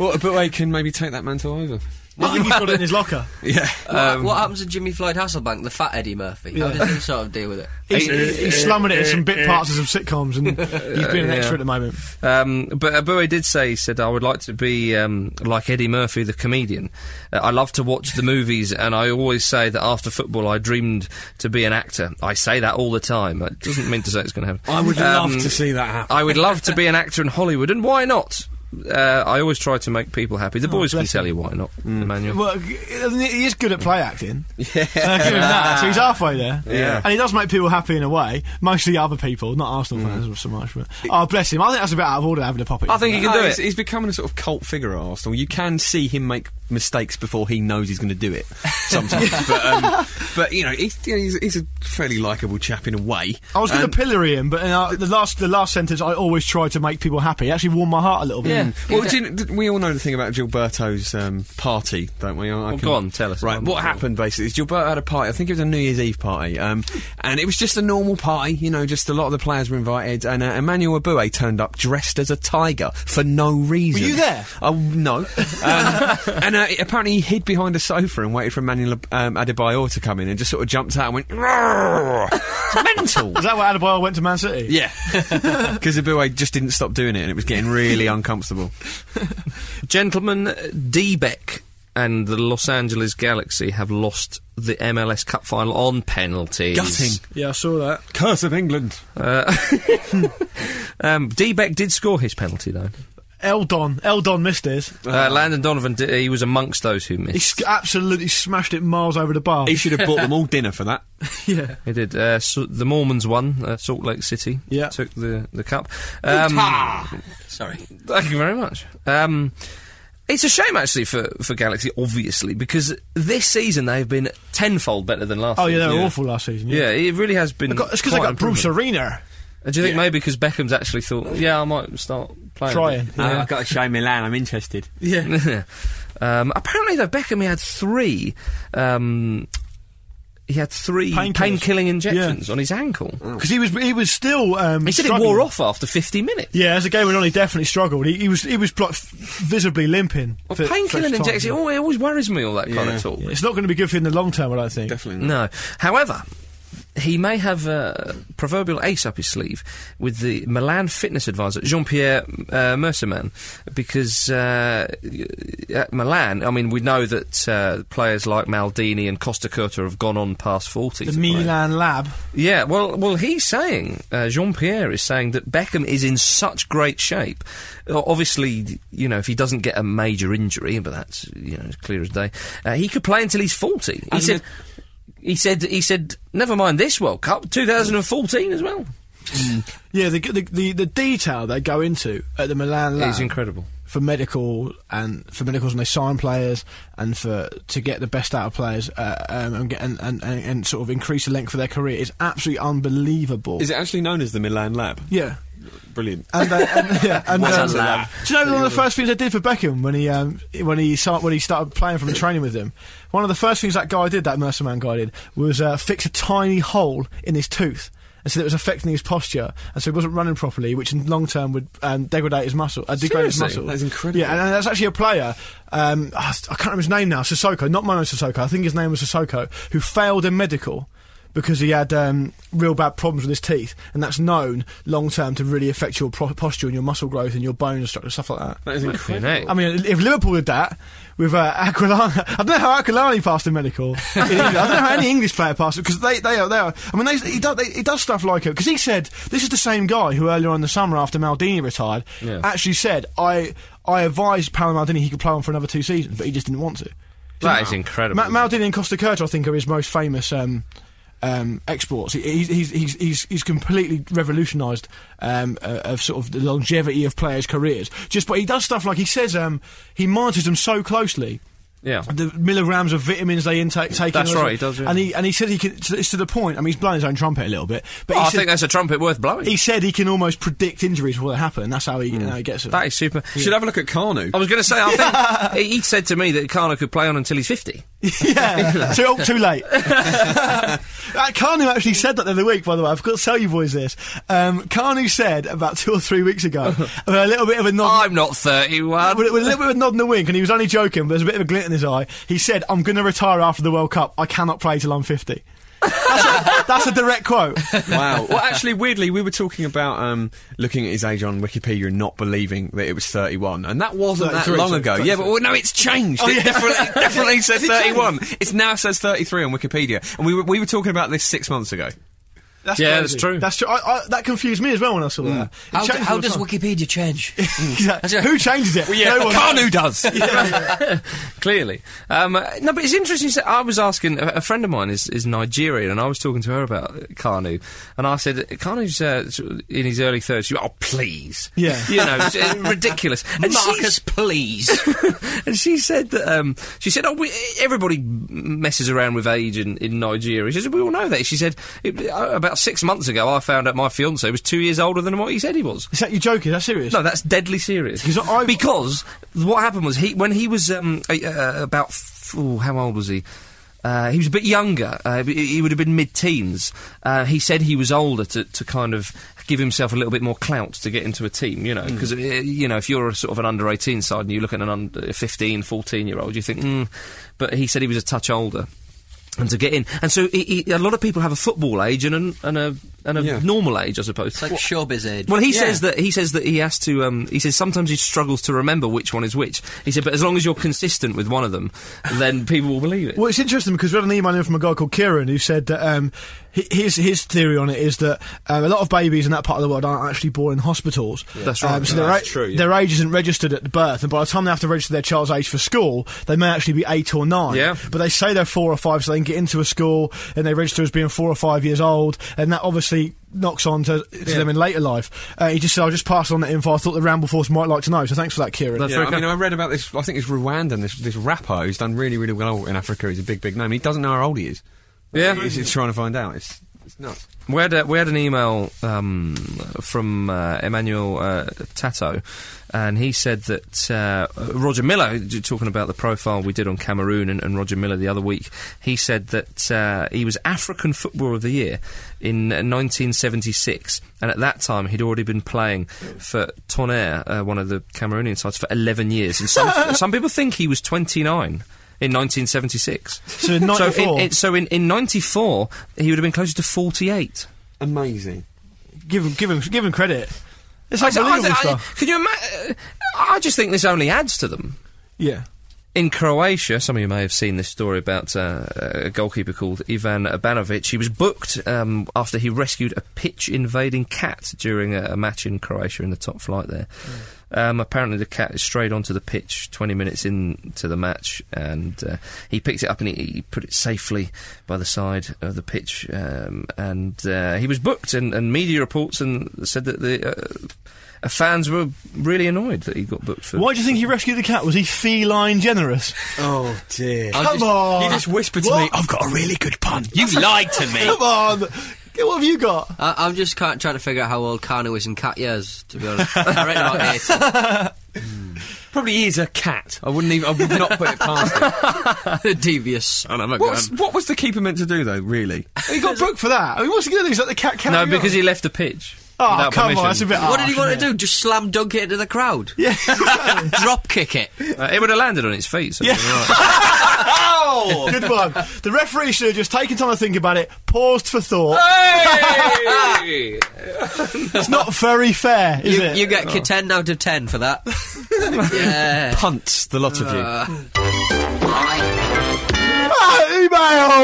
Well, Mbappe can maybe take that mantle over.
I think he's got it in his locker.
Yeah.
What, what happens to Jimmy Floyd Hasselbank, the fat Eddie Murphy? How does he sort of deal with it?
He's, he's slumming it in some bit parts of some sitcoms, and he's being an
Yeah.
extra at the moment.
Um, but Abue did say, he said, I would like to be um, like Eddie Murphy, the comedian. Uh, I love to watch the movies, and I always say that after football, I dreamed to be an actor. I say that all the time. It doesn't mean to say it's going to happen.
I would love to see that happen.
I would love to be an actor in Hollywood, and why not? Uh, I always try to make people happy.
Oh,
The boys can
bless
tell you why not,
Mm.
Emmanuel.
Well, g- he is good at play acting. Yeah. give him that. So he's halfway there.
Yeah.
And he does make people happy in a way. Mostly other people, not Arsenal fans so much. But oh, bless him. I think that's a bit out of order having a pop at
I
him.
think he can
No,
do
he's,
it.
he's becoming a sort of cult figure at Arsenal. You can see him make mistakes before he knows he's going to do it sometimes. but, um, but you know, he's, he's, he's a fairly likable chap in a way.
I was going
And-
to pillory him, but in uh, the last the last sentence, I always try to make people happy. It actually warmed my heart a little
Mm.
bit.
Well, do you, kn- we all know the thing about Gilberto's um, party, don't we? I, I
Well, go on, tell us.
Right,
I'm
what
not sure.
happened basically is Gilberto had a party. I think it was a New Year's Eve party, um, and it was just a normal party. You know, just a lot of the players were invited, and uh, Emmanuel Abue turned up dressed as a tiger for no reason.
Were you there?
Oh no! Um, and uh, apparently he hid behind a sofa and waited for Emmanuel um, Adebayor to come in, and just sort of jumped out and went. "Roar!" It's mental.
Is that why Adebayo went to Man City?
Yeah, because Abue just didn't stop doing it, and it was getting really uncomfortable.
Gentlemen, Debeck and the Los Angeles Galaxy have lost the MLS Cup final on penalties.
Gutting.
Yeah, I saw that.
Curse of England.
Um, Debeck did score his penalty though.
Eldon. Eldon missed his.
Uh, Landon Donovan, did, he was amongst those who
He
missed.
sc- absolutely smashed it miles over the bar.
He should have bought them all dinner for that.
yeah.
He did. Uh, so, the Mormons won. Uh, Salt Lake City
Yeah.
took the the cup. Um,
Sorry.
Thank you very much. Um, it's a shame actually for, for Galaxy, obviously, because this season they've been tenfold better than last.
Oh, yeah, they were
season.
awful last season. Yeah.
Yeah, it really has been.
I got- it's because I
quite
got
an
Bruce
improvement.
Arena.
Do you think maybe because Beckham's actually thought, yeah, I might start playing.
Trying.
Uh, I've got to show Milan. I'm interested.
Yeah. um, apparently, though, Beckham he had three. Um, he had three
Painkillers. Mm.
pain-killing injections on his ankle.
Because he was he was still. Um,
He said it
struggling.
wore off after 50 minutes.
Yeah, as the game went on, he definitely struggled. He, he was he was like, f- visibly limping.
Well,
for- for
painkilling
his time.
injections, it always, it always worries me, all that kind of talk.
It's not going to be good for you in the long term, I don't think.
Definitely.
No. However, he may have a proverbial ace up his sleeve with the Milan fitness advisor, Jean Pierre uh, Mercerman, because uh, at Milan, I mean, we know that uh, players like Maldini and Costa Curta have gone on past 40.
The
to play.
Milan lab.
Yeah, well, well, he's saying uh, Jean Pierre is saying that Beckham is in such great shape. O- Obviously, you know, if he doesn't get a major injury, but that's you know as clear as day, uh, he could play until he's forty. He
Hasn't
said, he said, he said, never mind this World Cup, 2014 as well.
Yeah, the, the the the detail they go into at the Milan lab
It's incredible.
for medical and for medicals, and they sign players and for to get the best out of players uh, um, and, get, and, and and and sort of increase the length of their career is absolutely unbelievable.
Is it actually known as the Milan Lab?
Yeah.
Brilliant.
And, uh, and, yeah, and
What
uh,
a lad.
do you know one of the first things I did for Beckham when he um, when he start, when he started playing for him and training with him? One of the first things that guy did, that Mercer man guy did, was uh, fix a tiny hole in his tooth, and so that it was affecting his posture, and so he wasn't running properly, which in long term would um, degrade his muscle. Uh, degrade his
Seriously?
muscle.
That's incredible.
Yeah, and, and that's actually a player. Um, ah, I can't remember his name now. Sissoko, not Mono Sissoko. I think his name was Sissoko, who failed in medical because he had um, real bad problems with his teeth, and that's known long term to really affect your pro- posture and your muscle growth and your bone structure, stuff like that.
That is incredible.
Fucking
I
heck.
mean, if Liverpool did that with uh, Aquilani, I don't know how Aquilani passed the medical. in England. I don't know how any English player passed it because they, they are, they are. I mean, they, he, does, they, he does stuff like it because he said this is the same guy who earlier on in the summer after Maldini retired
Yeah.
actually said I I advised Paolo Maldini he could play on for another two seasons, but he just didn't want to.
That is incredible.
Ma- Maldini and Costa Curta, I think, are his most famous um, um, exports. He, he's, he's, he's, he's, he's completely revolutionised um, uh, of sort of the longevity of players' careers. Just, but he does stuff like he says um, he monitors them so closely
yeah.
the milligrams of vitamins they intake. Take
That's
and all
right, he
that.
does, yeah.
And he and he said he could. It's to the point. I mean, he's blowing his own trumpet a little bit, but
Well,
he
Oh, I
said,
think that's a trumpet worth blowing.
he said he can almost predict injuries will happen. That's how he, you know, he gets it.
Hmm. that is super.
Should have a look at Carnu.
I was going to say, I think he he said to me that Kana could play on until he's 50.
yeah, too, oh, too late. uh, Carnu actually said that the other week, by the way. I've got to tell you boys this. Um, Carnu said about two or three weeks ago, with a little bit of a nod.
I'm not 31.
With, with a little bit of a nod and a wink, and he was only joking, but there's a bit of a glint in his eye. He said, I'm going to retire after the World Cup. I cannot play till I'm 50. That's a, that's a direct quote.
wow. Well, actually, weirdly, we were talking about um, looking at his age on Wikipedia and not believing that it was 31, and that wasn't that
33,
long
so-
ago. Yeah, but well, no, it's changed. It definitely, Oh, it definitely says 31. It's now says 33 on Wikipedia, and we were, we were talking about this six months ago.
That's
Yeah,
crazy.
that's true.
That's true. I, I, that confused me as well when I saw that. It
Hmm. How, d-
changes
how
all the
does
time.
Wikipedia change?
Exactly. Who changes it? No one.
Carnu does.
Clearly, um, uh, no, but it's interesting. so I was asking a, a friend of mine is, is Nigerian, and I was talking to her about Kanu, and I said Kanu's uh, sort of in his early thirties. She went, Oh, please,
Yeah.
you know, it's, uh, ridiculous. And she-
Marcus, please.
and she said that um, she said, "Oh, we, everybody messes around with age in, in Nigeria." She said, "We all know that." She said, it, uh, "About six months ago, I found out my fiance was two years older than what he said he was."
Is that you joking? Is that serious?
No, that's deadly serious.
'Cause I-
Because what happened was he when he was um, a- uh, about f- ooh, how old was he? Uh, he was a bit younger. Uh, he he would have been mid-teens. Uh, he said he was older to, to kind of give himself a little bit more clout to get into a team, you know,
Hmm.
because you know if you're a sort of an under 18 side and you look at an under 15, 14 year old, you think, mm. but he said he was a touch older. And to get in, and so he, he, a lot of people have a football age and an, and a and a
Yeah.
normal age, I suppose.
It's like showbiz age.
Well, he
Yeah.
says that he says that he has to. Um, he says sometimes he struggles to remember which one is which. He said, but as long as you're consistent with one of them, then people will believe it.
Well, it's interesting because we had an email in from a guy called Kieran who said that um, hi- his his theory on it is that um, a lot of babies in that part of the world aren't actually born in hospitals.
That's
Um,
right.
so
No,
their,
that's
a-
true, yeah.
their age isn't registered at birth, and by the time they have to register their child's age for school, they may actually be eight or nine.
Yeah.
But they say they're four or five, so they can get into a school and they register as being four or five years old, and that obviously knocks on to, to them in later life. Uh, he just said, "I'll just pass on that info. I thought the Ramble Force might like to know." So thanks for that, Kieran.
That's
Yeah,
very
I
kind.
mean, I read about this. I think it's Rwandan. This this rapper who's done really, really well in Africa. He's a big, big name. He doesn't know how old he is.
Yeah.
he's, he's trying to find out. It's It's nuts.
We had, a, we had an email um, from uh, Emmanuel uh, Tato, and he said that uh, Roger Miller, j- talking about the profile we did on Cameroon and, and Roger Miller the other week, he said that uh, he was African Footballer of the Year in uh, 1976, and at that time he'd already been playing for Tonnerre, uh, one of the Cameroonian sides, for 11 years. And some, some people think he was 29. In 1976.
So in 94.
So in, in, so in, in 94, he would have been closer to 48.
Amazing.
Give him, give him, give him credit. It's
I, I,
unbelievable
I,
stuff.
could you imagine? I just think this only adds to them.
yeah.
In Croatia, some of you may have seen this story about uh, a goalkeeper called Ivan Abanovic. He was booked um, after he rescued a pitch invading cat during a, a match in Croatia in the top flight there. Um, apparently, the cat strayed onto the pitch 20 minutes into the match, and uh, he picked it up and he, he put it safely by the side of the pitch. Um, and uh, he was booked, and, and media reports and said that the uh, fans were really annoyed that he got booked for.
Why do you think he rescued the cat? Was he feline generous?
Oh dear.
Come on!
You just whispered to
What?
me, I've got a really good pun. You
lied to me.
Come on! What have you got?
I, I'm just can't, trying to figure out how old Kano is in cat years. To be honest, I reckon about 80.
probably is a cat. I wouldn't even I would not put it past him.
the devious son of a
What
gun.
was, what was the keeper meant to do though, really?
He got booked for that. I mean, what's he going to do? Is that the cat carry
no,
on?
because he left the pitch.
Oh,
without
come
permission.
on, that's a bit.
What did
harsh,
he want
isn't
to do? Just slam dunk it into the crowd? Yeah. Drop kick it.
Uh, it would have landed on its feet. So yeah.
it? Oh! Good one. The referee should have just taken time to think about it, paused for thought.
Hey!
It's not very fair, is
You,
it?
you get kid 10 out of 10 for that. yeah.
Punts, the lot of
Uh.
you.
Ah,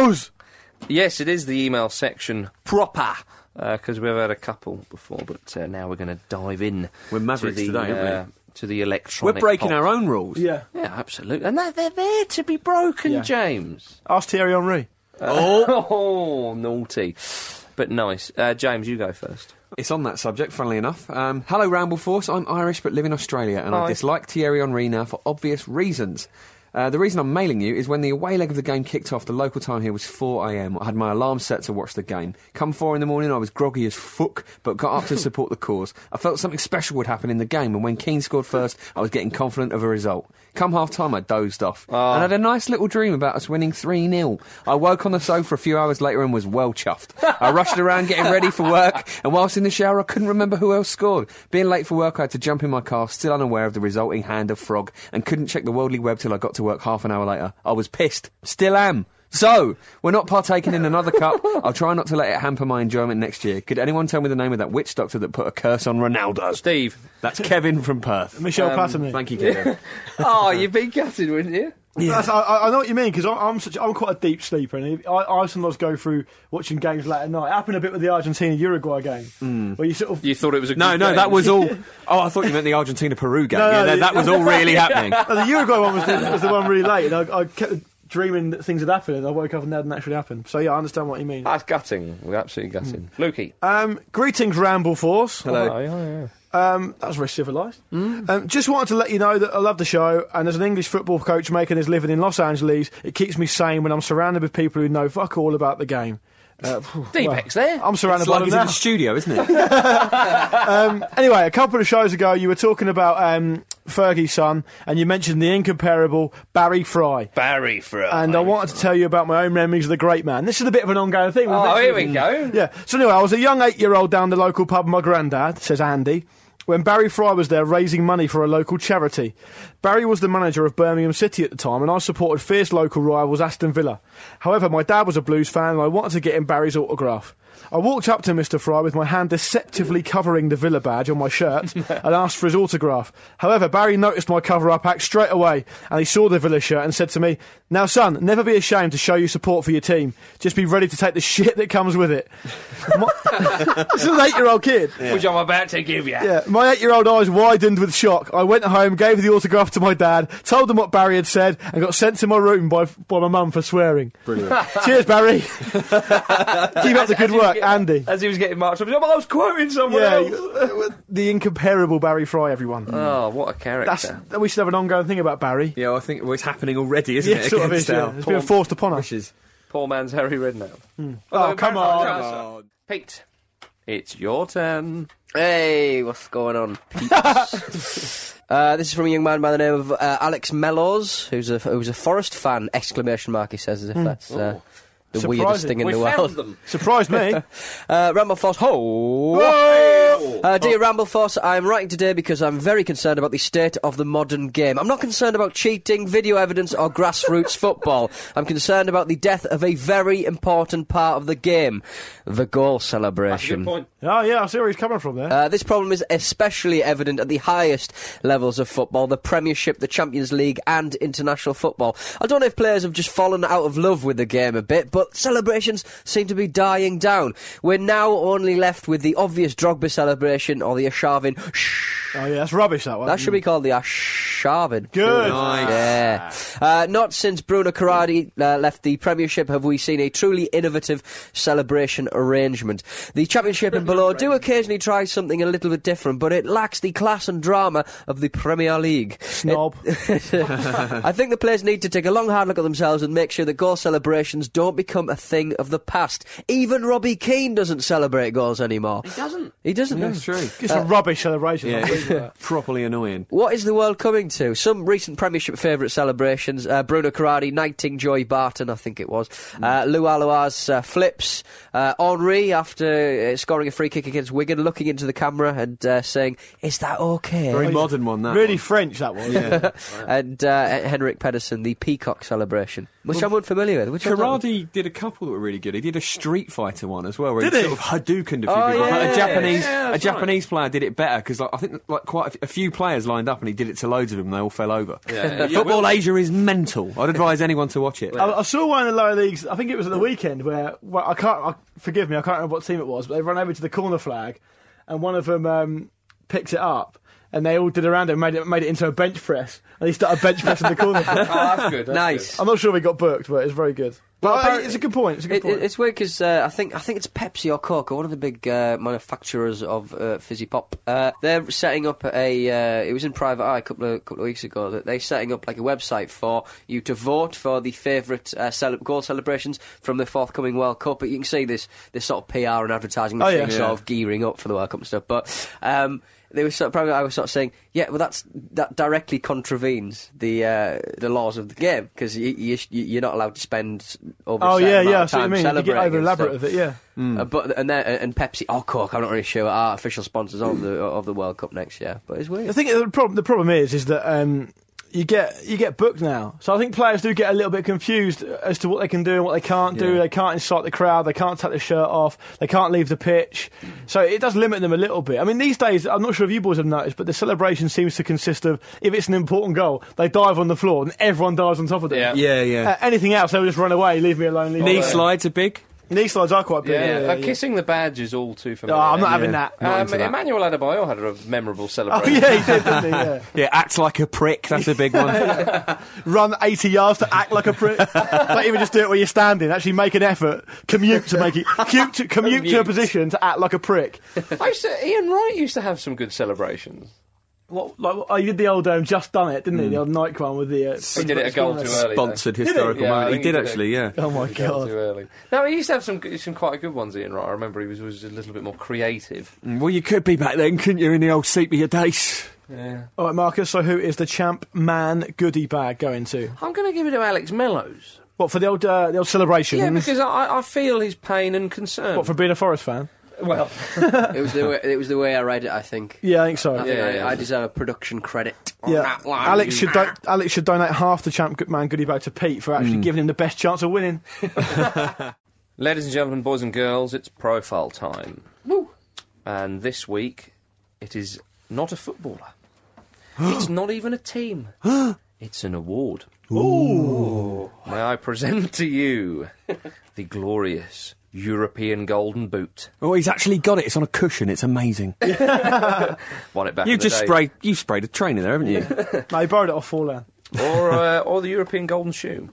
emails.
yes, it is the email section proper. Because we've had a couple before, but uh, now we're going to dive in.
We're mavericks
to the,
today, aren't we?
uh, To the
We're
electronic.
breaking
pop.
our own rules.
Yeah.
Yeah, absolutely. And they're, they're there to be broken,
Yeah.
James.
Ask Thierry Henry.
Oh, naughty. But nice. Uh, James, you go first.
It's on that subject, funnily enough. Um, hello, Rambleforce. I'm Irish but live in Australia, and
Hi.
I dislike Thierry Henry now for obvious reasons. Uh, the reason I'm mailing you is when the away leg of the game kicked off, the local time here was 4am. I had my alarm set to watch the game. Come 4 in the morning, I was groggy as fuck, but got up to support the cause. I felt something special would happen in the game, and when Keane scored first, I was getting confident of a result. Come half time, I dozed off, and had a nice little dream about us winning 3 0. I woke on the sofa a few hours later and was well chuffed. I rushed around getting ready for work, and whilst in the shower, I couldn't remember who else scored. Being late for work, I had to jump in my car, still unaware of the resulting hand of frog, and couldn't check the worldly web till I got to work half an hour later. I was pissed. Still am. So, we're not partaking in another cup. I'll try not to let it hamper my enjoyment next year. Could anyone tell me the name of that witch doctor that put a curse on Ronaldo?
Steve.
That's Kevin from Perth.
Michelle Patterson.
Thank you, Kevin.
oh, you've been gutted, wouldn't you?
That's- I- I, I know what you mean because I'm such, I'm quite a deep sleeper, and I, I sometimes go through watching games late at night. It happened a bit with the Argentina Uruguay game,
Hmm.
where you sort of
You thought it was a
No,
good
no,
game.
that was all. Oh, I thought you meant the Argentina Peru game.
No, no,
yeah, that,
the-
that was all really happening.
No, the Uruguay one was the, was the one really late, and I, I kept dreaming that things had happened, and I woke up and they hadn't actually happened. So yeah, I understand what you mean.
That's gutting. We're absolutely gutting.
Hmm.
Lukey.
Uh,
Um, greetings, Ramble Force.
Oh, yeah, yeah.
Um, that was very civilised.
Hmm.
Um, just wanted to let you know that I love the show, and as an English football coach making his living in Los Angeles, it keeps me sane when I'm surrounded with people who know fuck all about the game. Uh, phew,
Deepak's
well,
there.
I'm surrounded
It's
by
like
them
he's in
now.
the studio, isn't it?
anyway, a couple of shows ago, you were talking about um, Fergie's son, and you mentioned the incomparable Barry Fry.
Barry Fry.
And I wanted to tell you about my own memories of the great man. This is a bit of an ongoing thing.
Oh,
We've
here we
mentioned-
go.
Yeah. So anyway, I was a young eight-year-old down the local pub. My granddad says Andy. When Barry Fry was there raising money for a local charity. Barry was the manager of Birmingham City at the time, and I supported fierce local rivals Aston Villa. However, my dad was a blues fan, and I wanted to get him Barry's autograph. I walked up to Mr. Fry with my hand deceptively covering the Villa badge on my shirt and asked for his autograph. However, Barry noticed my cover up act straight away and he saw the Villa shirt and said to me, Now, son, never be ashamed to show your support for your team. Just be ready to take the shit that comes with it. My- this is an eight year old kid.
Which I'm about to give you.
Yeah, my eight year old eyes widened with shock. I went home, gave the autograph to my dad, told him what Barry had said, and got sent to my room by, by my mum for swearing. Brilliant. Cheers, Barry. Keep up the
As he was
good work,
getting-
Andy.
As he was getting marched off, he's like, "Well, I was quoting someone
Yeah,
else.
you- the incomparable Barry Fry, everyone.
Oh, what a character.
That's we should have an ongoing thing about Barry.
yeah, I think well, it's happening already, isn't
Oh,
Yeah, sort of is, yeah. It's been forced upon us.
wishes.
Poor man's Harry Redknapp.
Oh, come on.
Pete, it's your turn.
Hey, what's going on, peeps? uh, this is from a young man by the name of uh, Alex Mellows, who's a who's a Forest fan! Exclamation mark! He says as if that's uh, the weirdest
Surprising.
thing in
Hmm. we
the
found
world.
them.
Surprised me.
Uh, Ramblethorpe, ho! Uh, dear Ramblethorpe, I'm writing today because I'm very concerned about the state of the modern game. I'm not concerned about cheating, video evidence, or grassroots football. I'm concerned about the death of a very important part of the game, the goal celebration.
Oh, yeah, I see where he's coming from there.
Uh, this problem is especially evident at the highest levels of football, the Premiership, the Champions League, and international football. I don't know if players have just fallen out of love with the game a bit, but celebrations seem to be dying down. We're now only left with the obvious Drogba celebration or the Ashavin. Shh.
oh, yeah, that's rubbish, that one.
That should be called the Ashavin.
Good.
Nice.
Yeah. Uh, not since Bruno Carradi uh, left the Premiership have we seen a truly innovative celebration arrangement. The Championship and below do occasionally try something a little bit different, but it lacks the class and drama of the Premier League.
Snob.
I think the players need to take a long hard look at themselves and make sure that goal celebrations don't become a thing of the past. Even Robbie Keane doesn't celebrate goals anymore. He doesn't. He doesn't. no.
That's true.
It's a rubbish celebration.
Yeah,
that one.
it's properly annoying.
What is the world coming to? Some recent Premiership favourite celebrations uh, Bruno Carradi, knighting Joy Barton, I think it was. Uh, Lou Alois uh, flips. Uh, Henri, after uh, scoring a free kick against Wigan, looking into the camera and uh, saying, Is that okay?
Very modern one, that.
Really
one.
French, that was.
and uh, Henrik Pedersen, the peacock celebration, which I'm unfamiliar with. Which one's that one?
Karadi did a couple that were really good. He did a Street Fighter one as well, where
Did
he,
he?
sort of Hadoukened a few
Oh,
people.
yeah,
Like,
yeah,
a Japanese,
yeah,
a
that's right.
Japanese player did it better because like, I think like quite a f- a few players lined up and he did it to loads of them. and They all fell over.
Yeah, yeah,
Football
well-
Asia is mental. I'd advise anyone to watch it.
I, I saw one in the lower leagues. I think it was at the weekend where well, I can't. I, forgive me, I can't remember what team it was, but they ran over to the corner flag, and one of them um, picks it up, and they all did around it, and made it made it into a bench press, and they started bench pressing the corner. flag.
Oh, that's good.
Nice.
I'm not sure we got booked, but it's very good. But I-
apparently-
it's a good point. It's a good
It,
point.
it, it's weird because uh, I think I think it's Pepsi or Coke, or one of the big uh, manufacturers of uh, fizzy pop. Uh, they're setting up a. Uh, it was in Private Eye a couple of couple of weeks ago that they're setting up like a website for you to vote for the favourite uh, cele- goal celebrations from the forthcoming World Cup. But you can see this this sort of PR and advertising
Oh,
machine
yeah.
sort of gearing up for the World Cup and stuff. But um, they were sort of, probably, I was sort of saying, yeah, well, that's that directly contravenes the uh, the laws of the game because you, you, sh- you- you're not allowed to spend over. a
oh
certain
yeah,
amount
yeah. I
of
see what you
time
mean. You get
celebrating
over
and
elaborate
stuff.
with it. Yeah.
Uh, but and then, and Pepsi or Coke, I'm not really sure, are official sponsors of the of the World Cup next year. But it's
I
weird.
think the problem the problem is is that um, you get you get booked now, so I think players do get a little bit confused uh, as to what they can do and what they can't do.
Yeah.
They can't incite the crowd, they can't take the shirt off, they can't leave the pitch, so it does limit them a little bit. I mean, these days I'm not sure if you boys have noticed, but the celebration seems to consist of if it's an important goal, they dive on the floor and everyone dives on top of them.
Yeah.
Yeah, yeah.
Uh, oh, anything else, they'll just run away, leave me alone. Leave me
Knee
alone.
slides are big.
Knee slides are quite big.
Yeah,
Yeah, yeah,
uh,
yeah.
kissing the badge is all too
Oh,
familiar.
I'm not having
Yeah.
that.
Not
Um,
into that.
Emmanuel Adebayo had a memorable
Oh
celebration.
yeah, he did, didn't he? Yeah.
Yeah, act like a prick. That's a big one.
run 80 yards to act like a prick. Don't even just do it where you're standing. Actually, make an effort. Commute to make it. Commute to, commute to a
Commute.
position to act like a prick.
I used to, Ian Wright used to have some good celebrations.
What, like, oh, you did the old um, just done it, didn't he? The old Nike one with the. Uh,
He did it a goal too early. though.
Sponsored historical
Yeah, I
moment. He
think he did
did
it.
actually. Yeah.
Oh my
A goal uh, Too
god!
early. No, he used to have some g- some quite good ones, Ian Wright. I remember he was, was a little bit more creative.
Well, you could be back then, couldn't you? In the old seat of your days.
Yeah.
All right, Marcus. So, who is the champ man goodie bag going to?
I'm going to give it to Alex Mellows.
What for the old uh, the old celebration?
Yeah, because I, I feel his pain and concern.
what for being a Forest fan?
well,
it was the way, it was the way I read it. I think.
Yeah, I think so.
I, think
Yeah,
I,
yeah.
I deserve a production credit. on
Yeah,
that one.
Alex should do- Alex should donate half the champ man goodie bag to Pete for actually giving him the best chance of winning.
ladies and gentlemen, boys and girls, it's profile time.
Woo.
And this week, it is not a footballer. it's not even a team. it's an award. Ooh. May I present to you the glorious European Golden Boot.
Oh, he's actually got it. It's on a cushion. It's amazing.
Won it back.
You
in the
just
day.
sprayed. You sprayed a train in there, haven't you?
no, he borrowed it off Forlan.
or uh, or the European Golden Shoe.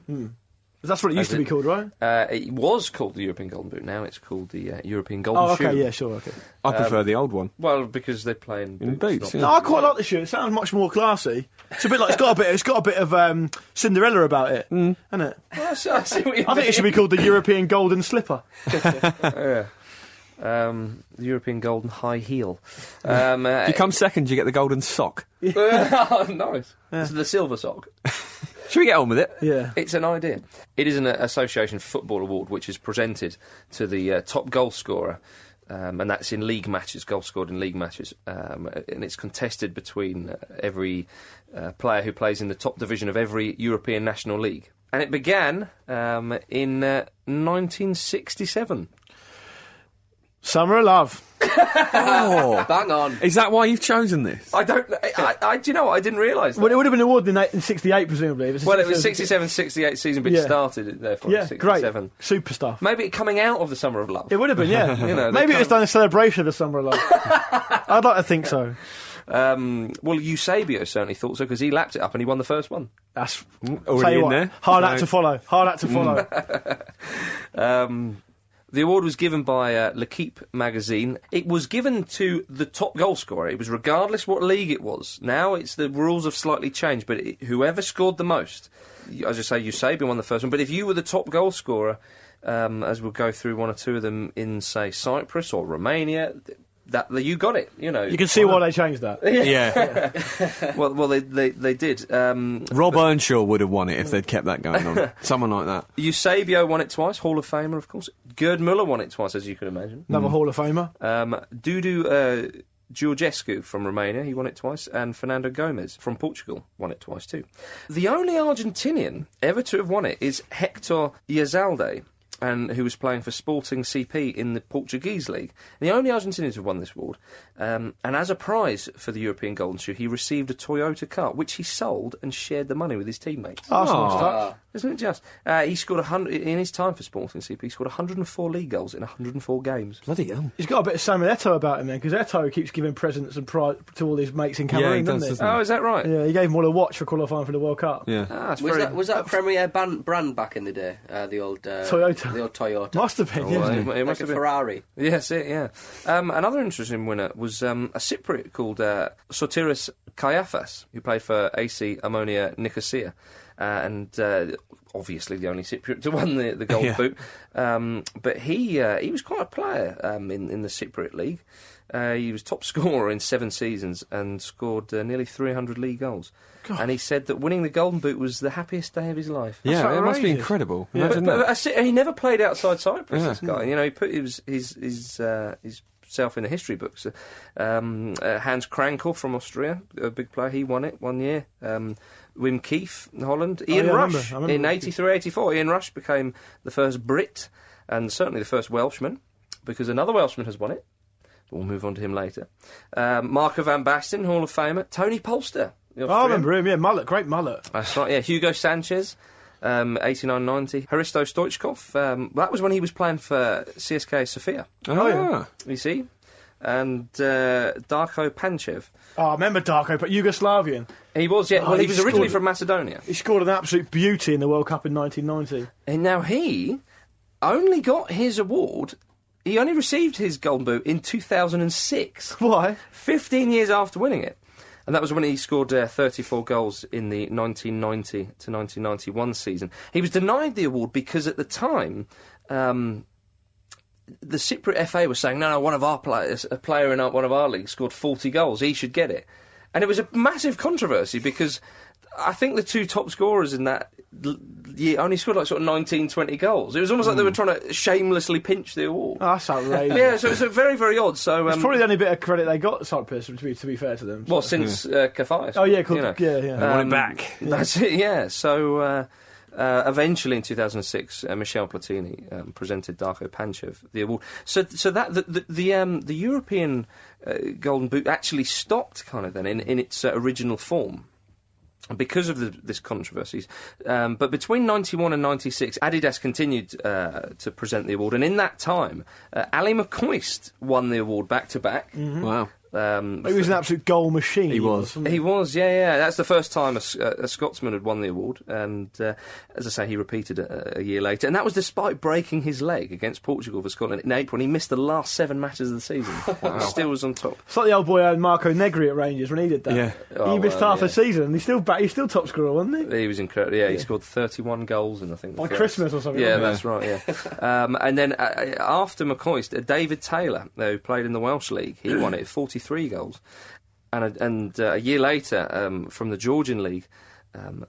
That's what it used
As
to
it-
be called, right?
Uh, it was called the European Golden Boot. Now it's called the uh, European Golden
Oh, okay,
Shoe.
yeah, sure, okay.
I prefer the old one.
Well, because they're playing
In
not-
boots, yeah.
No, I quite like the shoe. It sounds much more classy. It's a bit like it's got a bit. It's got a bit of um, Cinderella about it, mm. isn't it?
Well, I see- I see what you
I think it should be called the European Golden Slipper.
Yeah. Um, the European Golden High Heel. Um, uh,
If you come second, you get the golden sock.
oh, nice. It's the silver sock.
Should we get on with it?
Yeah.
It's an idea. It is an uh, Association Football Award which is presented to the uh, top goal scorer, um, and that's in league matches, goal scored in league matches. Um, and it's contested between uh, every uh, player who plays in the top division of every European National League. And it began um, in uh, 1967.
Summer of Love.
Oh,
Bang on.
is that why you've chosen this?
I don't. I, I, I- do you know what? I didn't realise that.
Well, it would have been awarded in, eight- in 68, presumably. if it's a
Well, it was
67.
67 68 season, but it
Yeah.
started it therefore in
Yeah,
67.
great. Super stuff.
Maybe it coming out of the Summer of Love.
It would have been, yeah.
You know,
Maybe
they
it was
come-
done in celebration of the Summer of Love. I'd like to think so.
Um, well, Eusebio certainly thought so because he lapped it up and he won the first one.
That's tell
Already
you
in
what,
there.
Hard
No.
act to follow. Hard act to follow.
Mm. Um, the award was given by uh, L'Equipe magazine. It was given to the top goal scorer. It was regardless what league it was. Now it's the rules have slightly changed, but it, whoever scored the most, y- as I say, Eusebio won the first one. But if you were the top goal scorer, um, as we'll go through one or two of them in, say, Cyprus or Romania, th- that you got it. You know,
You can see why they changed that.
Yeah.
well, well, they they, they did. Um,
Rob Earnshaw would have won it if they'd kept that going on. Someone like that.
Eusebio won it twice, Hall of Famer, of course. Gerd Muller won it twice, as you can imagine.
Another Hall of Famer.
Um, Dudu uh, Georgescu from Romania, he won it twice, and Fernando Gomes from Portugal won it twice too. The only Argentinian ever to have won it is Hector Iazalde. And who was playing for Sporting CP in the Portuguese league? The only Argentinian to have won this award. Um, and as a prize for the European Golden Shoe, he received a Toyota car, which he sold and shared the money with his teammates.
Arsenal stuff.
Isn't it just? Uh, he scored 100 in his time for Sporting CP. He scored 104 league goals in 104 games.
Bloody hell.
He's got a bit of Samuel Eto about him then, because Eto keeps giving presents and pride to all his mates in
Yeah, he
Cameroon,
does,
doesn't he?
doesn't
Oh, is that right?
Yeah, he gave them all a watch for qualifying for the World Cup.
Yeah.
Ah, that's
Was
very-
that, was that a Premier ban- brand back in the day? Uh, the old uh,
Toyota.
The old Toyota.
Must have been,
Oh,
yeah.
well, it, it
like
must
a
have been.
Ferrari.
Yes, it, yeah. Um, another interesting winner was um, a Cypriot called uh, Sotiris Kayafas, who played for AC Ammonia Nicosia, uh, and uh, obviously the only Cypriot to win the, the gold
Yeah.
boot. Um, but he uh, he was quite a player um, in in the Cypriot league. Uh, he was top scorer in seven seasons and scored uh, nearly 300 league goals. And he said that winning the Golden Boot was the happiest day of his life.
Yeah, it must be
outrageous.
incredible.
But,
Imagine
but-
that.
but I see- he never played outside Cyprus.
Yeah.
This guy, you know, he put his his his, uh, his self in the history books. Uh, Um, uh, Hans Krankel from Austria, a big player, he won it one year. Um, Wim Keefe, Holland. Ian
Oh, yeah, I remember.
Rush
I remember
in
Wim
83, 84. Ian Rush became the first Brit and certainly the first Welshman because another Welshman has won it. We'll move on to him later. Um, Marco van Basten, Hall of Famer. Tony Polster. the
Oh, I
Austrian.
remember him, yeah. Mullet, great mullet.
That's right, yeah. Hugo Sanchez, um, 89.90. Haristo Stoichkov, um, that was when he was playing for CSK Sofia,
Oh, yeah.
you see. And uh, Darko Panchev.
Oh, I remember Darko, but Yugoslavian.
He was, yeah,
Oh,
well, he
he
was originally
scored-
from Macedonia.
He scored an absolute beauty in the World Cup in 1990.
And now he only got his award, he only received his Golden Boot in 2006.
Why?
15 years after winning it. And that was when he scored uh, 34 goals in the 1990 to 1991 season. He was denied the award because at the time, um, the Cypriot FA was saying, no, no, one of our players, a player in our, one of our leagues scored 40 goals, he should get it. And it was a massive controversy because I think the two top scorers in that l- year only scored like sort of 19, 20 goals. It was almost like they
Hmm.
were trying to shamelessly pinch the award.
Oh, that's outrageous.
yeah, so it's a very, very odd. So, um,
It's probably the only bit of credit they got, Cyprus, to be, to be fair to them.
well, since uh, Cafias.
Oh, yeah, cool. Yeah, yeah. They
want it back.
That's it, yeah. So uh, uh, eventually in 2006, uh, Michel Platini um, presented Darko Panchev the award. So, so that the, the, the, um, the European uh, Golden Boot actually stopped kind of then in, in its uh, original form because of the, this controversies. Um, but between 91 and 96, Adidas continued uh, to
Mm-hmm.
present the award. And in that time, uh, Ali McCoist won the award back to back.
Wow.
Um,
He was an absolute goal machine.
He was.
he was, yeah, yeah. That's the first time a, S- uh, a- a Scotsman had won the award, and uh, as I say, he repeated it uh, a, a year later, and that was despite breaking his leg against Portugal for Scotland in April. And he missed the last seven matches of the season. He still was on top.
It's like the old boy uh, Marco Negri at Rangers when he did that.
Yeah.
Oh,
he missed
well,
half
yeah.
a season. and He's still back. He's still top scorer, wasn't he?
He was incredible. Yeah, he scored 31 goals in I think the
By
first-
Christmas or something,
Yeah,
wasn't
that's right. Yeah, um, and then uh, after McCoist, uh, David Taylor, who played in the Welsh League, he won it 43 goals, and a, and uh, a year later um, from the Georgian League. Um,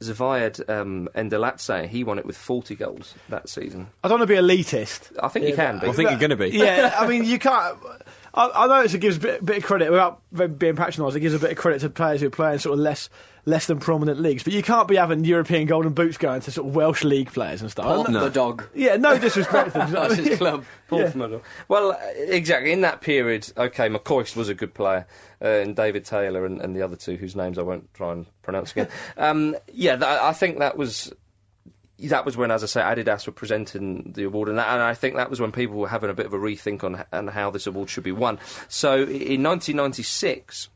Zavayed um, Endelatse, he won it with 40 goals that season.
I don't want to be elitist.
I think you
Yeah,
can
I
be.
think you're going to be.
yeah, I mean, you can't. I, I notice it gives a bit, bit of credit without being patronised. It gives a bit of credit to players who play in sort of less less than prominent leagues. But you can't be having European golden boots going to sort of Welsh league players and stuff.
Paul
I know-
the dog.
Yeah, no disrespect. to them,
That's his club.
Bournemouth model. Well, uh, exactly. In that period, okay, McCoist was a good player, uh, and David Taylor and, and the other two, whose names I won't try and pronounce again. um, yeah, th- I think that was. That was when, as I say, Adidas were presenting the award, and, that, and I think that was when people were having a bit of a rethink on, h- on how this award should be won. So, i- in 1996,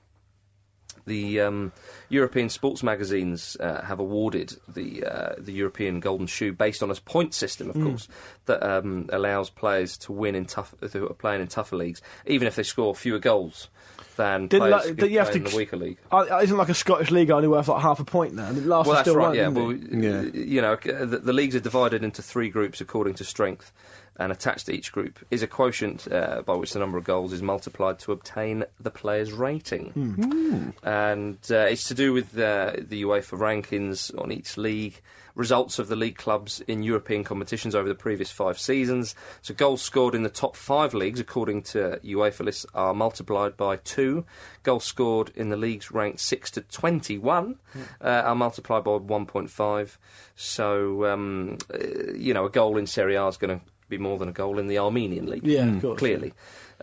the um, European sports magazines uh, have awarded the uh, the European Golden Shoe based on a point system,
Hmm.
of course, that um, allows players to win in tough who are playing in tougher leagues, even if they score fewer goals than
Didn't
players
like-
who
didn't you have
play
to
in the
k-
weaker league.
I, isn't like a Scottish league only worth like half a point now. I mean, last
Well,
year
that's
still
right.
won,
yeah,
didn't
well,
it?
Yeah.
you know, c- the, the leagues are divided into three groups according to strength, and attached to each group is a quotient uh, by which the number of goals is multiplied to obtain the player's rating.
Hmm.
And uh, it's to do with uh, the UEFA rankings on each league, results of the league clubs in European competitions over the previous five seasons. So goals scored in the top five leagues, according to UEFA lists, are multiplied by two. Goals scored in the leagues ranked six to twenty-one
Hmm.
uh, are multiplied by one point five. So um, uh, you know, a goal in Serie A is going to be more than a goal in the Armenian league.
Yeah, of course.
clearly.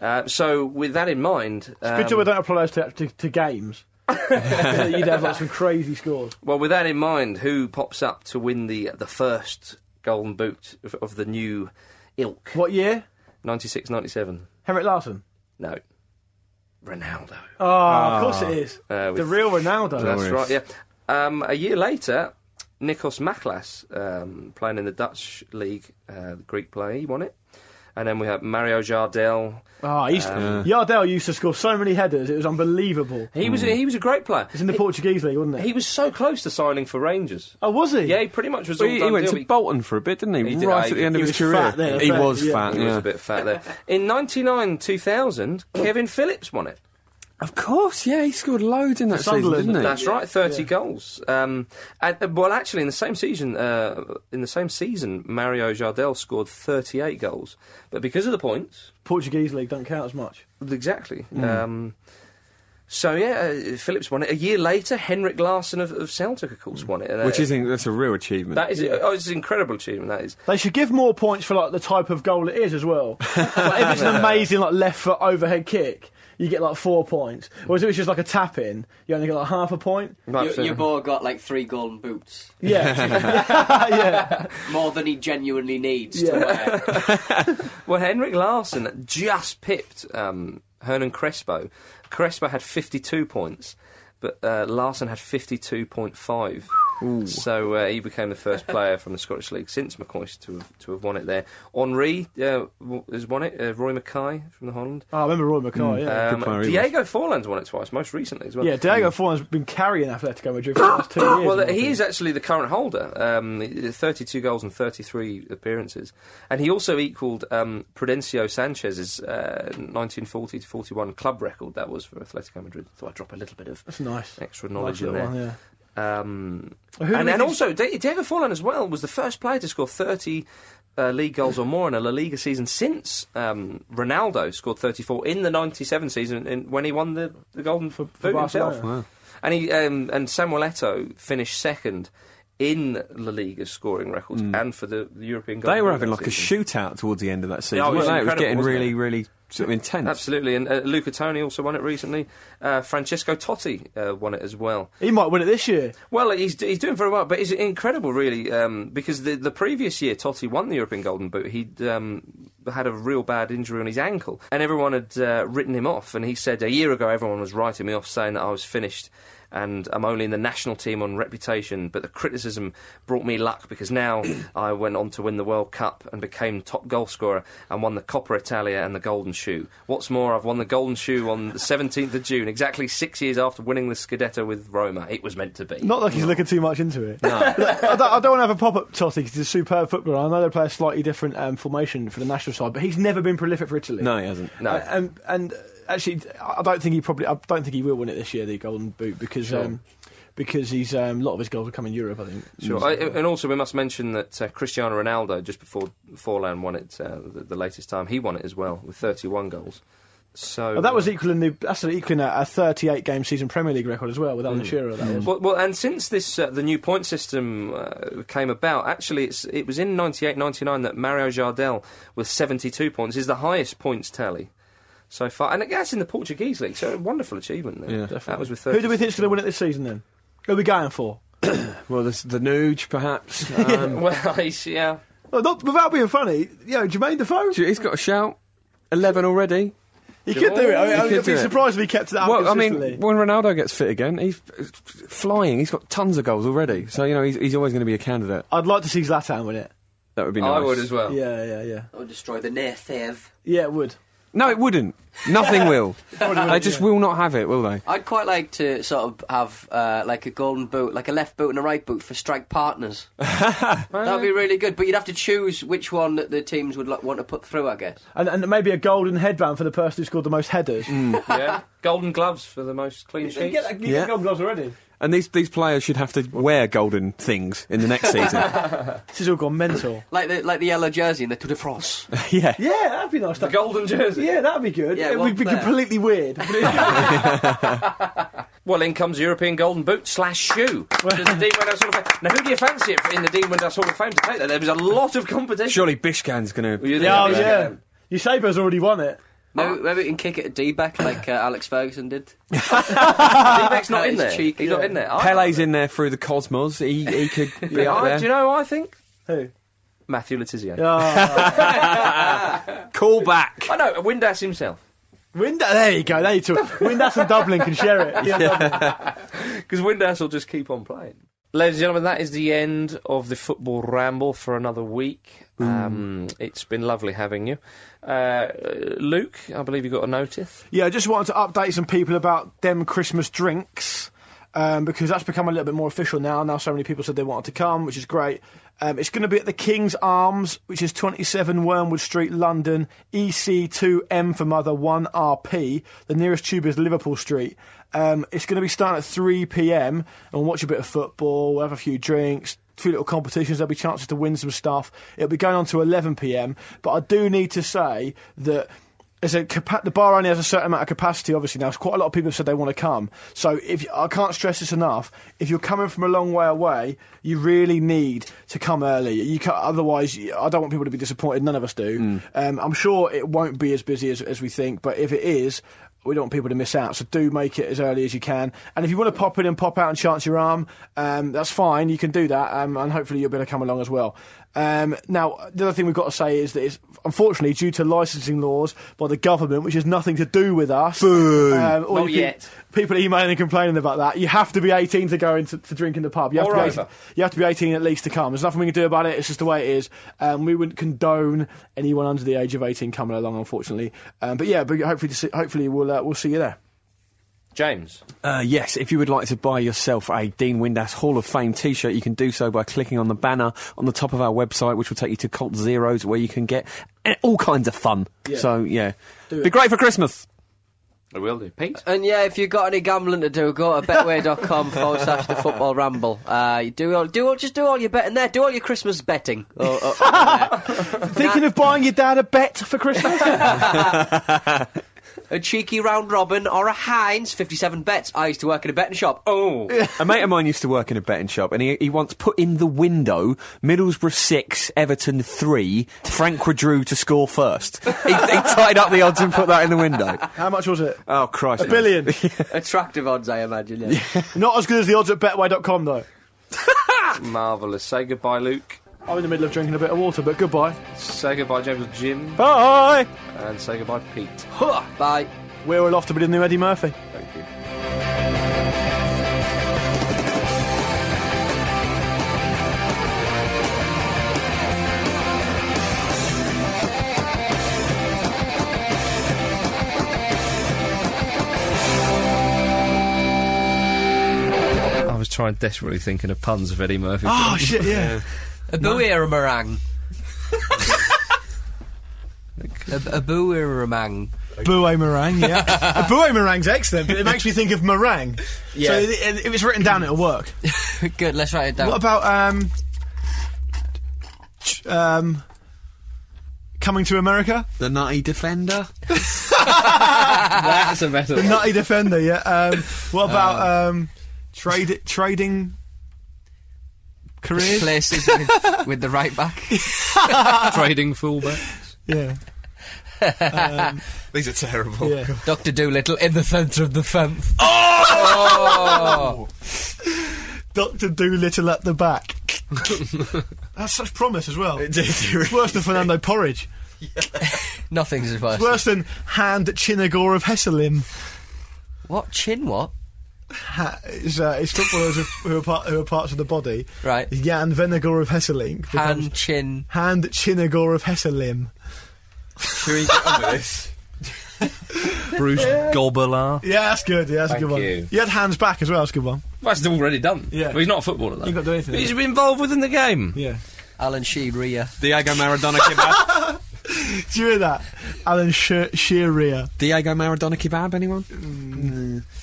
Uh, so with that in mind,
Good job I
um,
don't apply those to, to, to games. You'd have like some crazy scores.
Well, with that in mind, who pops up to win the the first Golden Boot of, of the new ilk?
What year?
96 97?
Henrik Larsson.
No. Ronaldo.
Oh, of course it is.
Uh,
the
with-
real Ronaldo.
That's
Norris.
right, yeah. Um, a year later, Nikos Maklas, um, playing in the Dutch league, uh, the Greek player, he won it. And then we have Mario Jardel.
Oh, he used,
Um,
Yardell used to score so many headers; it was unbelievable.
He
Hmm.
was he was a great player.
It's in the Portuguese league, wasn't it?
He was so close to signing for Rangers.
oh, was he?
Yeah, he pretty much was
Well,
all
he, he
done
went
deal,
to
but-
Bolton for a bit, didn't he?
He did,
right
I-
at the end
he
of
was
his career,
fat then, I
he
think,
was
yeah.
fat.
He was
Yeah,
a bit fat there. In 99 2000, Kevin Phillips won it.
of course. Yeah, he scored loads in that season,
Sunderland.
didn't he?
That's right, 30 goals. Um, and, uh, well, actually, in the same season, uh, in the same season, Mario Jardel scored 38 goals, but because of the points,
Portuguese league don't count as much.
exactly. Um, so yeah, uh, Phillips won it. A year later, Henrik Larsson of, of Celtic, of course, won it. And, uh,
Which is that's a real achievement.
that is oh, it's an incredible achievement. That is.
They should give more points for like the type of goal it is as well. like, if it's an amazing like left foot overhead kick, you get like four points. Whereas if it's just like a tap in, you only get like half a point.
Your, your boy got like three golden boots,
Yeah, yeah.
more than he genuinely needs to
Yeah.
wear.
Well, Henrik Larsson just pipped um, Hernan Crespo. Crespo had 52 points, but uh, Larsson had 52.5. So uh, he became the first player from the Scottish League since McCoist to have, to have won it there. Henri uh, w- has won it, uh, Roy Mackay from the Holland.
Oh, I remember Roy McCoy. yeah,
Um,
player he was.
Diego Forlan's won it twice, most recently as well.
yeah. Diego Forlan's been carrying Atletico Madrid for the last two years.
Well,
I
he
think.
is actually the current holder, um, 32 goals and 33 appearances. And he also equalled um, Prudencio Sanchez's uh, 1940 to 41 club record that was for Atletico Madrid. Thought I'd drop a little bit of
That's nice.
extra
Nice
knowledge in
little
there.
one, yeah.
Um,
Who do
and
we
and
think-
also, Di- Diego Forlan as well was the first player to score 30 uh, league goals or more in a La Liga season since um, Ronaldo scored 34 in the 97 season in, when he won the, the Golden for, Boot
Barcelona.
himself. And, he, um, and Samuel Eto'o finished second in La Liga scoring records and for the, the European Golden
They were
Boot
having
that
like a
season.
shootout towards the end of that season.
Yeah, it was
weren't they? it was
incredible,
getting
wasn't
really,
it?
really sort of intense.
Absolutely, and uh, Luca Toni also won it recently. Uh, Francesco Totti uh, won it as well.
He might win it this year.
Well, he's he's doing very well, but it's incredible, really, um, because the the previous year Totti won the European Golden Boot. He'd um, had a real bad injury on his ankle, and everyone had uh, written him off. And he said a year ago, everyone was writing me off, saying that I was finished. And I'm only in the national team on reputation, but the criticism brought me luck because now I went on to win the World Cup and became top goal scorer and won the Coppa Italia and the Golden Shoe. What's more, I've won the Golden Shoe on the 17th of June, exactly six years after winning the Scudetto with Roma. It was meant to be.
Not like he's looking too much into it. I, don't, I don't want to have a pop up Totti because he's a superb footballer. I know they play a slightly different um, formation for the national side, but he's never been prolific for Italy.
No, he hasn't.
No.
Uh, and and uh, actually, I don't think he probably. I don't think he will win it this year, the Golden Boot, because um, because he's um, a lot of his goals will come in Europe. I think. Mm.
Sure. I, and also, we must mention that uh, Cristiano Ronaldo, just before Forlan won it, uh, the, the latest time, he won it as well with 31 goals. So uh,
Oh, that was equaling the that's equaling a, a 38 game season Premier League record as well with
Mm.
Alan Shearer. That was.
Well, well, and since this uh, the new point system uh, came about, actually, it's, it was in 98-99 that Mario Jardel with seventy two points is the highest points tally so far, and that's in the Portuguese league. So a wonderful achievement there.
Yeah.
That was with 30
Who do we think's going to win it this season then? Who are we going for?
Well, there's the Nuge, perhaps. Um,
Well, he's- yeah.
Well, not, without being funny, you know, Jermaine Defoe.
he's got a shout. 11 already.
He could do it. I
He
mean,
could
I'd be
do it.
surprised if he kept it
Oh,
up
Well, I
consistently.
mean, when Ronaldo gets fit again, he's uh, flying. He's got tons of goals already. So, you know, he's, he's always going to be a candidate.
I'd like to see Zlatan win it.
That would be nice.
I would as well.
Yeah, yeah, yeah.
That would destroy the native.
Yeah, it would.
No, it wouldn't. Nothing will. they just will not have it, will they?
I'd quite like to sort of have uh, like a golden boot, like a left boot and a right boot for strike partners. That'd be really good, but you'd have to choose which one that the teams would like, want to put through, I guess.
And, and maybe a golden headband for the person who scored the most headers.
yeah. Golden gloves for the most clean
You
sheets.
get that- you get
Mm. Yeah.
golden gloves already.
And these, these players should have to wear golden things in the next season.
This has all gone mental.
Like the like the yellow jersey in the Tour de France.
yeah.
yeah, that'd be nice.
The golden jersey.
yeah, that'd be good.
Yeah,
it
one
would be
player.
completely weird.
Well, in comes European Golden Boot slash shoe. to the Dean Windass Hall of Fame. Now, who do you fancy it for in the Dean Windass Hall of Fame to take that? There was a lot of competition.
Surely Bishkan's going
Were you
to.
there?
oh, yeah. Yusabo's already won it.
Maybe, maybe we can kick it at D back like uh, Alex Ferguson did.
Debeck's not in
His
there.
cheek,
He's not
yeah.
in there. I-
Pele's in there through the cosmos. He, he could be up
I,
there.
do you know who I think?
Who?
Matthew Letizia.
Oh,
Call back.
I know, Windass himself.
Winda- there you go. There you talk. Windass and Dublin can share it. Yeah.
Because Windass will just keep on playing. Ladies and gentlemen, that is the end of the football ramble for another week. Um, it's been lovely having you. Uh, Luke, I believe you got a notice.
Yeah, I just wanted to update some people about them Christmas drinks um, because that's become a little bit more official now. Now, so many people said they wanted to come, which is great. Um, it's going to be at the King's Arms, which is 27 Wormwood Street, London, E EC2M for Mother 1RP. The nearest tube is Liverpool Street. Um, it's going to be starting at 3 pm, and we'll watch a bit of football, we'll have a few drinks, few little competitions. There'll be chances to win some stuff. It'll be going on to 11 pm, but I do need to say that is a capa- the bar only has a certain amount of capacity. Obviously, now quite a lot of people have said they want to come. So if I can't stress this enough, if you're coming from a long way away, you really need to come early. You can otherwise, you- I don't want people to be disappointed. None of us do. Um, I'm sure it won't be as busy as, as we think, but if it is. We don't want people to miss out, so do make it as early as you can. And if you want to pop in and pop out and chance your arm, um, that's fine. You can do that, um, and hopefully you'll be able to come along as well. Um, now, the other thing we've got to say is that it's unfortunately due to licensing laws by the government, which has nothing to do with us. Um, all
Not
you
yet.
People emailing and complaining about that. You have to be 18 to go into to drink in the pub. You have,
Or
to be,
over.
18 you have to be 18 at least to come. There's nothing we can do about it. It's just the way it is. Um, we wouldn't condone anyone under the age of 18 coming along, unfortunately. Um, but yeah, but hopefully, to see, hopefully we'll uh, we'll see you there.
James.
Uh, yes, if you would like to buy yourself a Dean Windass Hall of Fame t-shirt, you can do so by clicking on the banner on the top of our website, which will take you to Cult Zeros, where you can get eh, all kinds of fun. So, yeah. Be great for Christmas.
I will do. Pete?
And yeah, if you've got any gambling to do, go to betway.com forward slash the football ramble. Uh, you do all, do all, just do all your betting there. Do all your Christmas betting. Oh, oh, oh, there.
Thinking of buying your dad a bet for Christmas?
a cheeky round robin or a Heinz, 57 bets. I used to work in a betting shop.
Oh.
A mate of mine used to work in a betting shop, and he, he once put in the window Middlesbrough 6, Everton 3, Frank Quadrew to score first. He, he tied up the odds and put that in the window.
How much was it?
Oh, Christ.
A billion.
Attractive odds, I imagine. Yeah.
Not as good as the odds at betway.com, though.
Marvellous. Say goodbye, Luke.
I'm in the middle of drinking a bit of water, but goodbye.
Say goodbye, James with Jim,
Bye.
and say goodbye, Pete.
Bye.
We're all off to be the new Eddie Murphy.
Thank you. I was trying desperately thinking of puns of Eddie Murphy.
Oh, shit, yeah.
A buoy or a meringue? a, a buoy or a meringue?
Bouet meringue, yeah. a bouet meringue's excellent, but it makes me think of meringue. So
Yeah.
it, it, if it's written down, it'll work.
Good, let's write it down.
What about um, ch- um, coming to America?
The Nutty Defender?
That's a better
The nutty defender, yeah. Um, what
Uh,
about um, trade trading careers?
Places with, with the right back.
trading fullback.
Yeah, Um,
These are terrible.
yeah.
Dr. Doolittle in the centre of the fence.
Doctor Doolittle at the back. That's such promise as well. It's worse than Fernando Porridge.
Nothing's as worse.
It's worse than Hand Chinagor of Hesselim.
What? Chin what?
Ha- It's, uh, it's footballers of, who, are part, who are parts of the body.
Right.
Jan Venegor of Hesseling. becomes
Hand, chin.
Hand Chinagor of Hesselim.
Should we get on with this?
Bruce Golbelar.
Yeah, that's good. Yeah, that's
Thank
a good one.
you.
had hands back as well. That's a good one.
Well, it's already done.
Yeah.
Well, he's not a footballer, though.
He ain't got to do anything,
He's
has
involved within the game.
Yeah.
Alan Sheen, Rhea.
Diego Maradona kebab.
Do you hear that? Alan Shear- Shearer.
Diego Maradona kebab, anyone?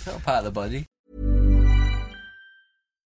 Not part of the body.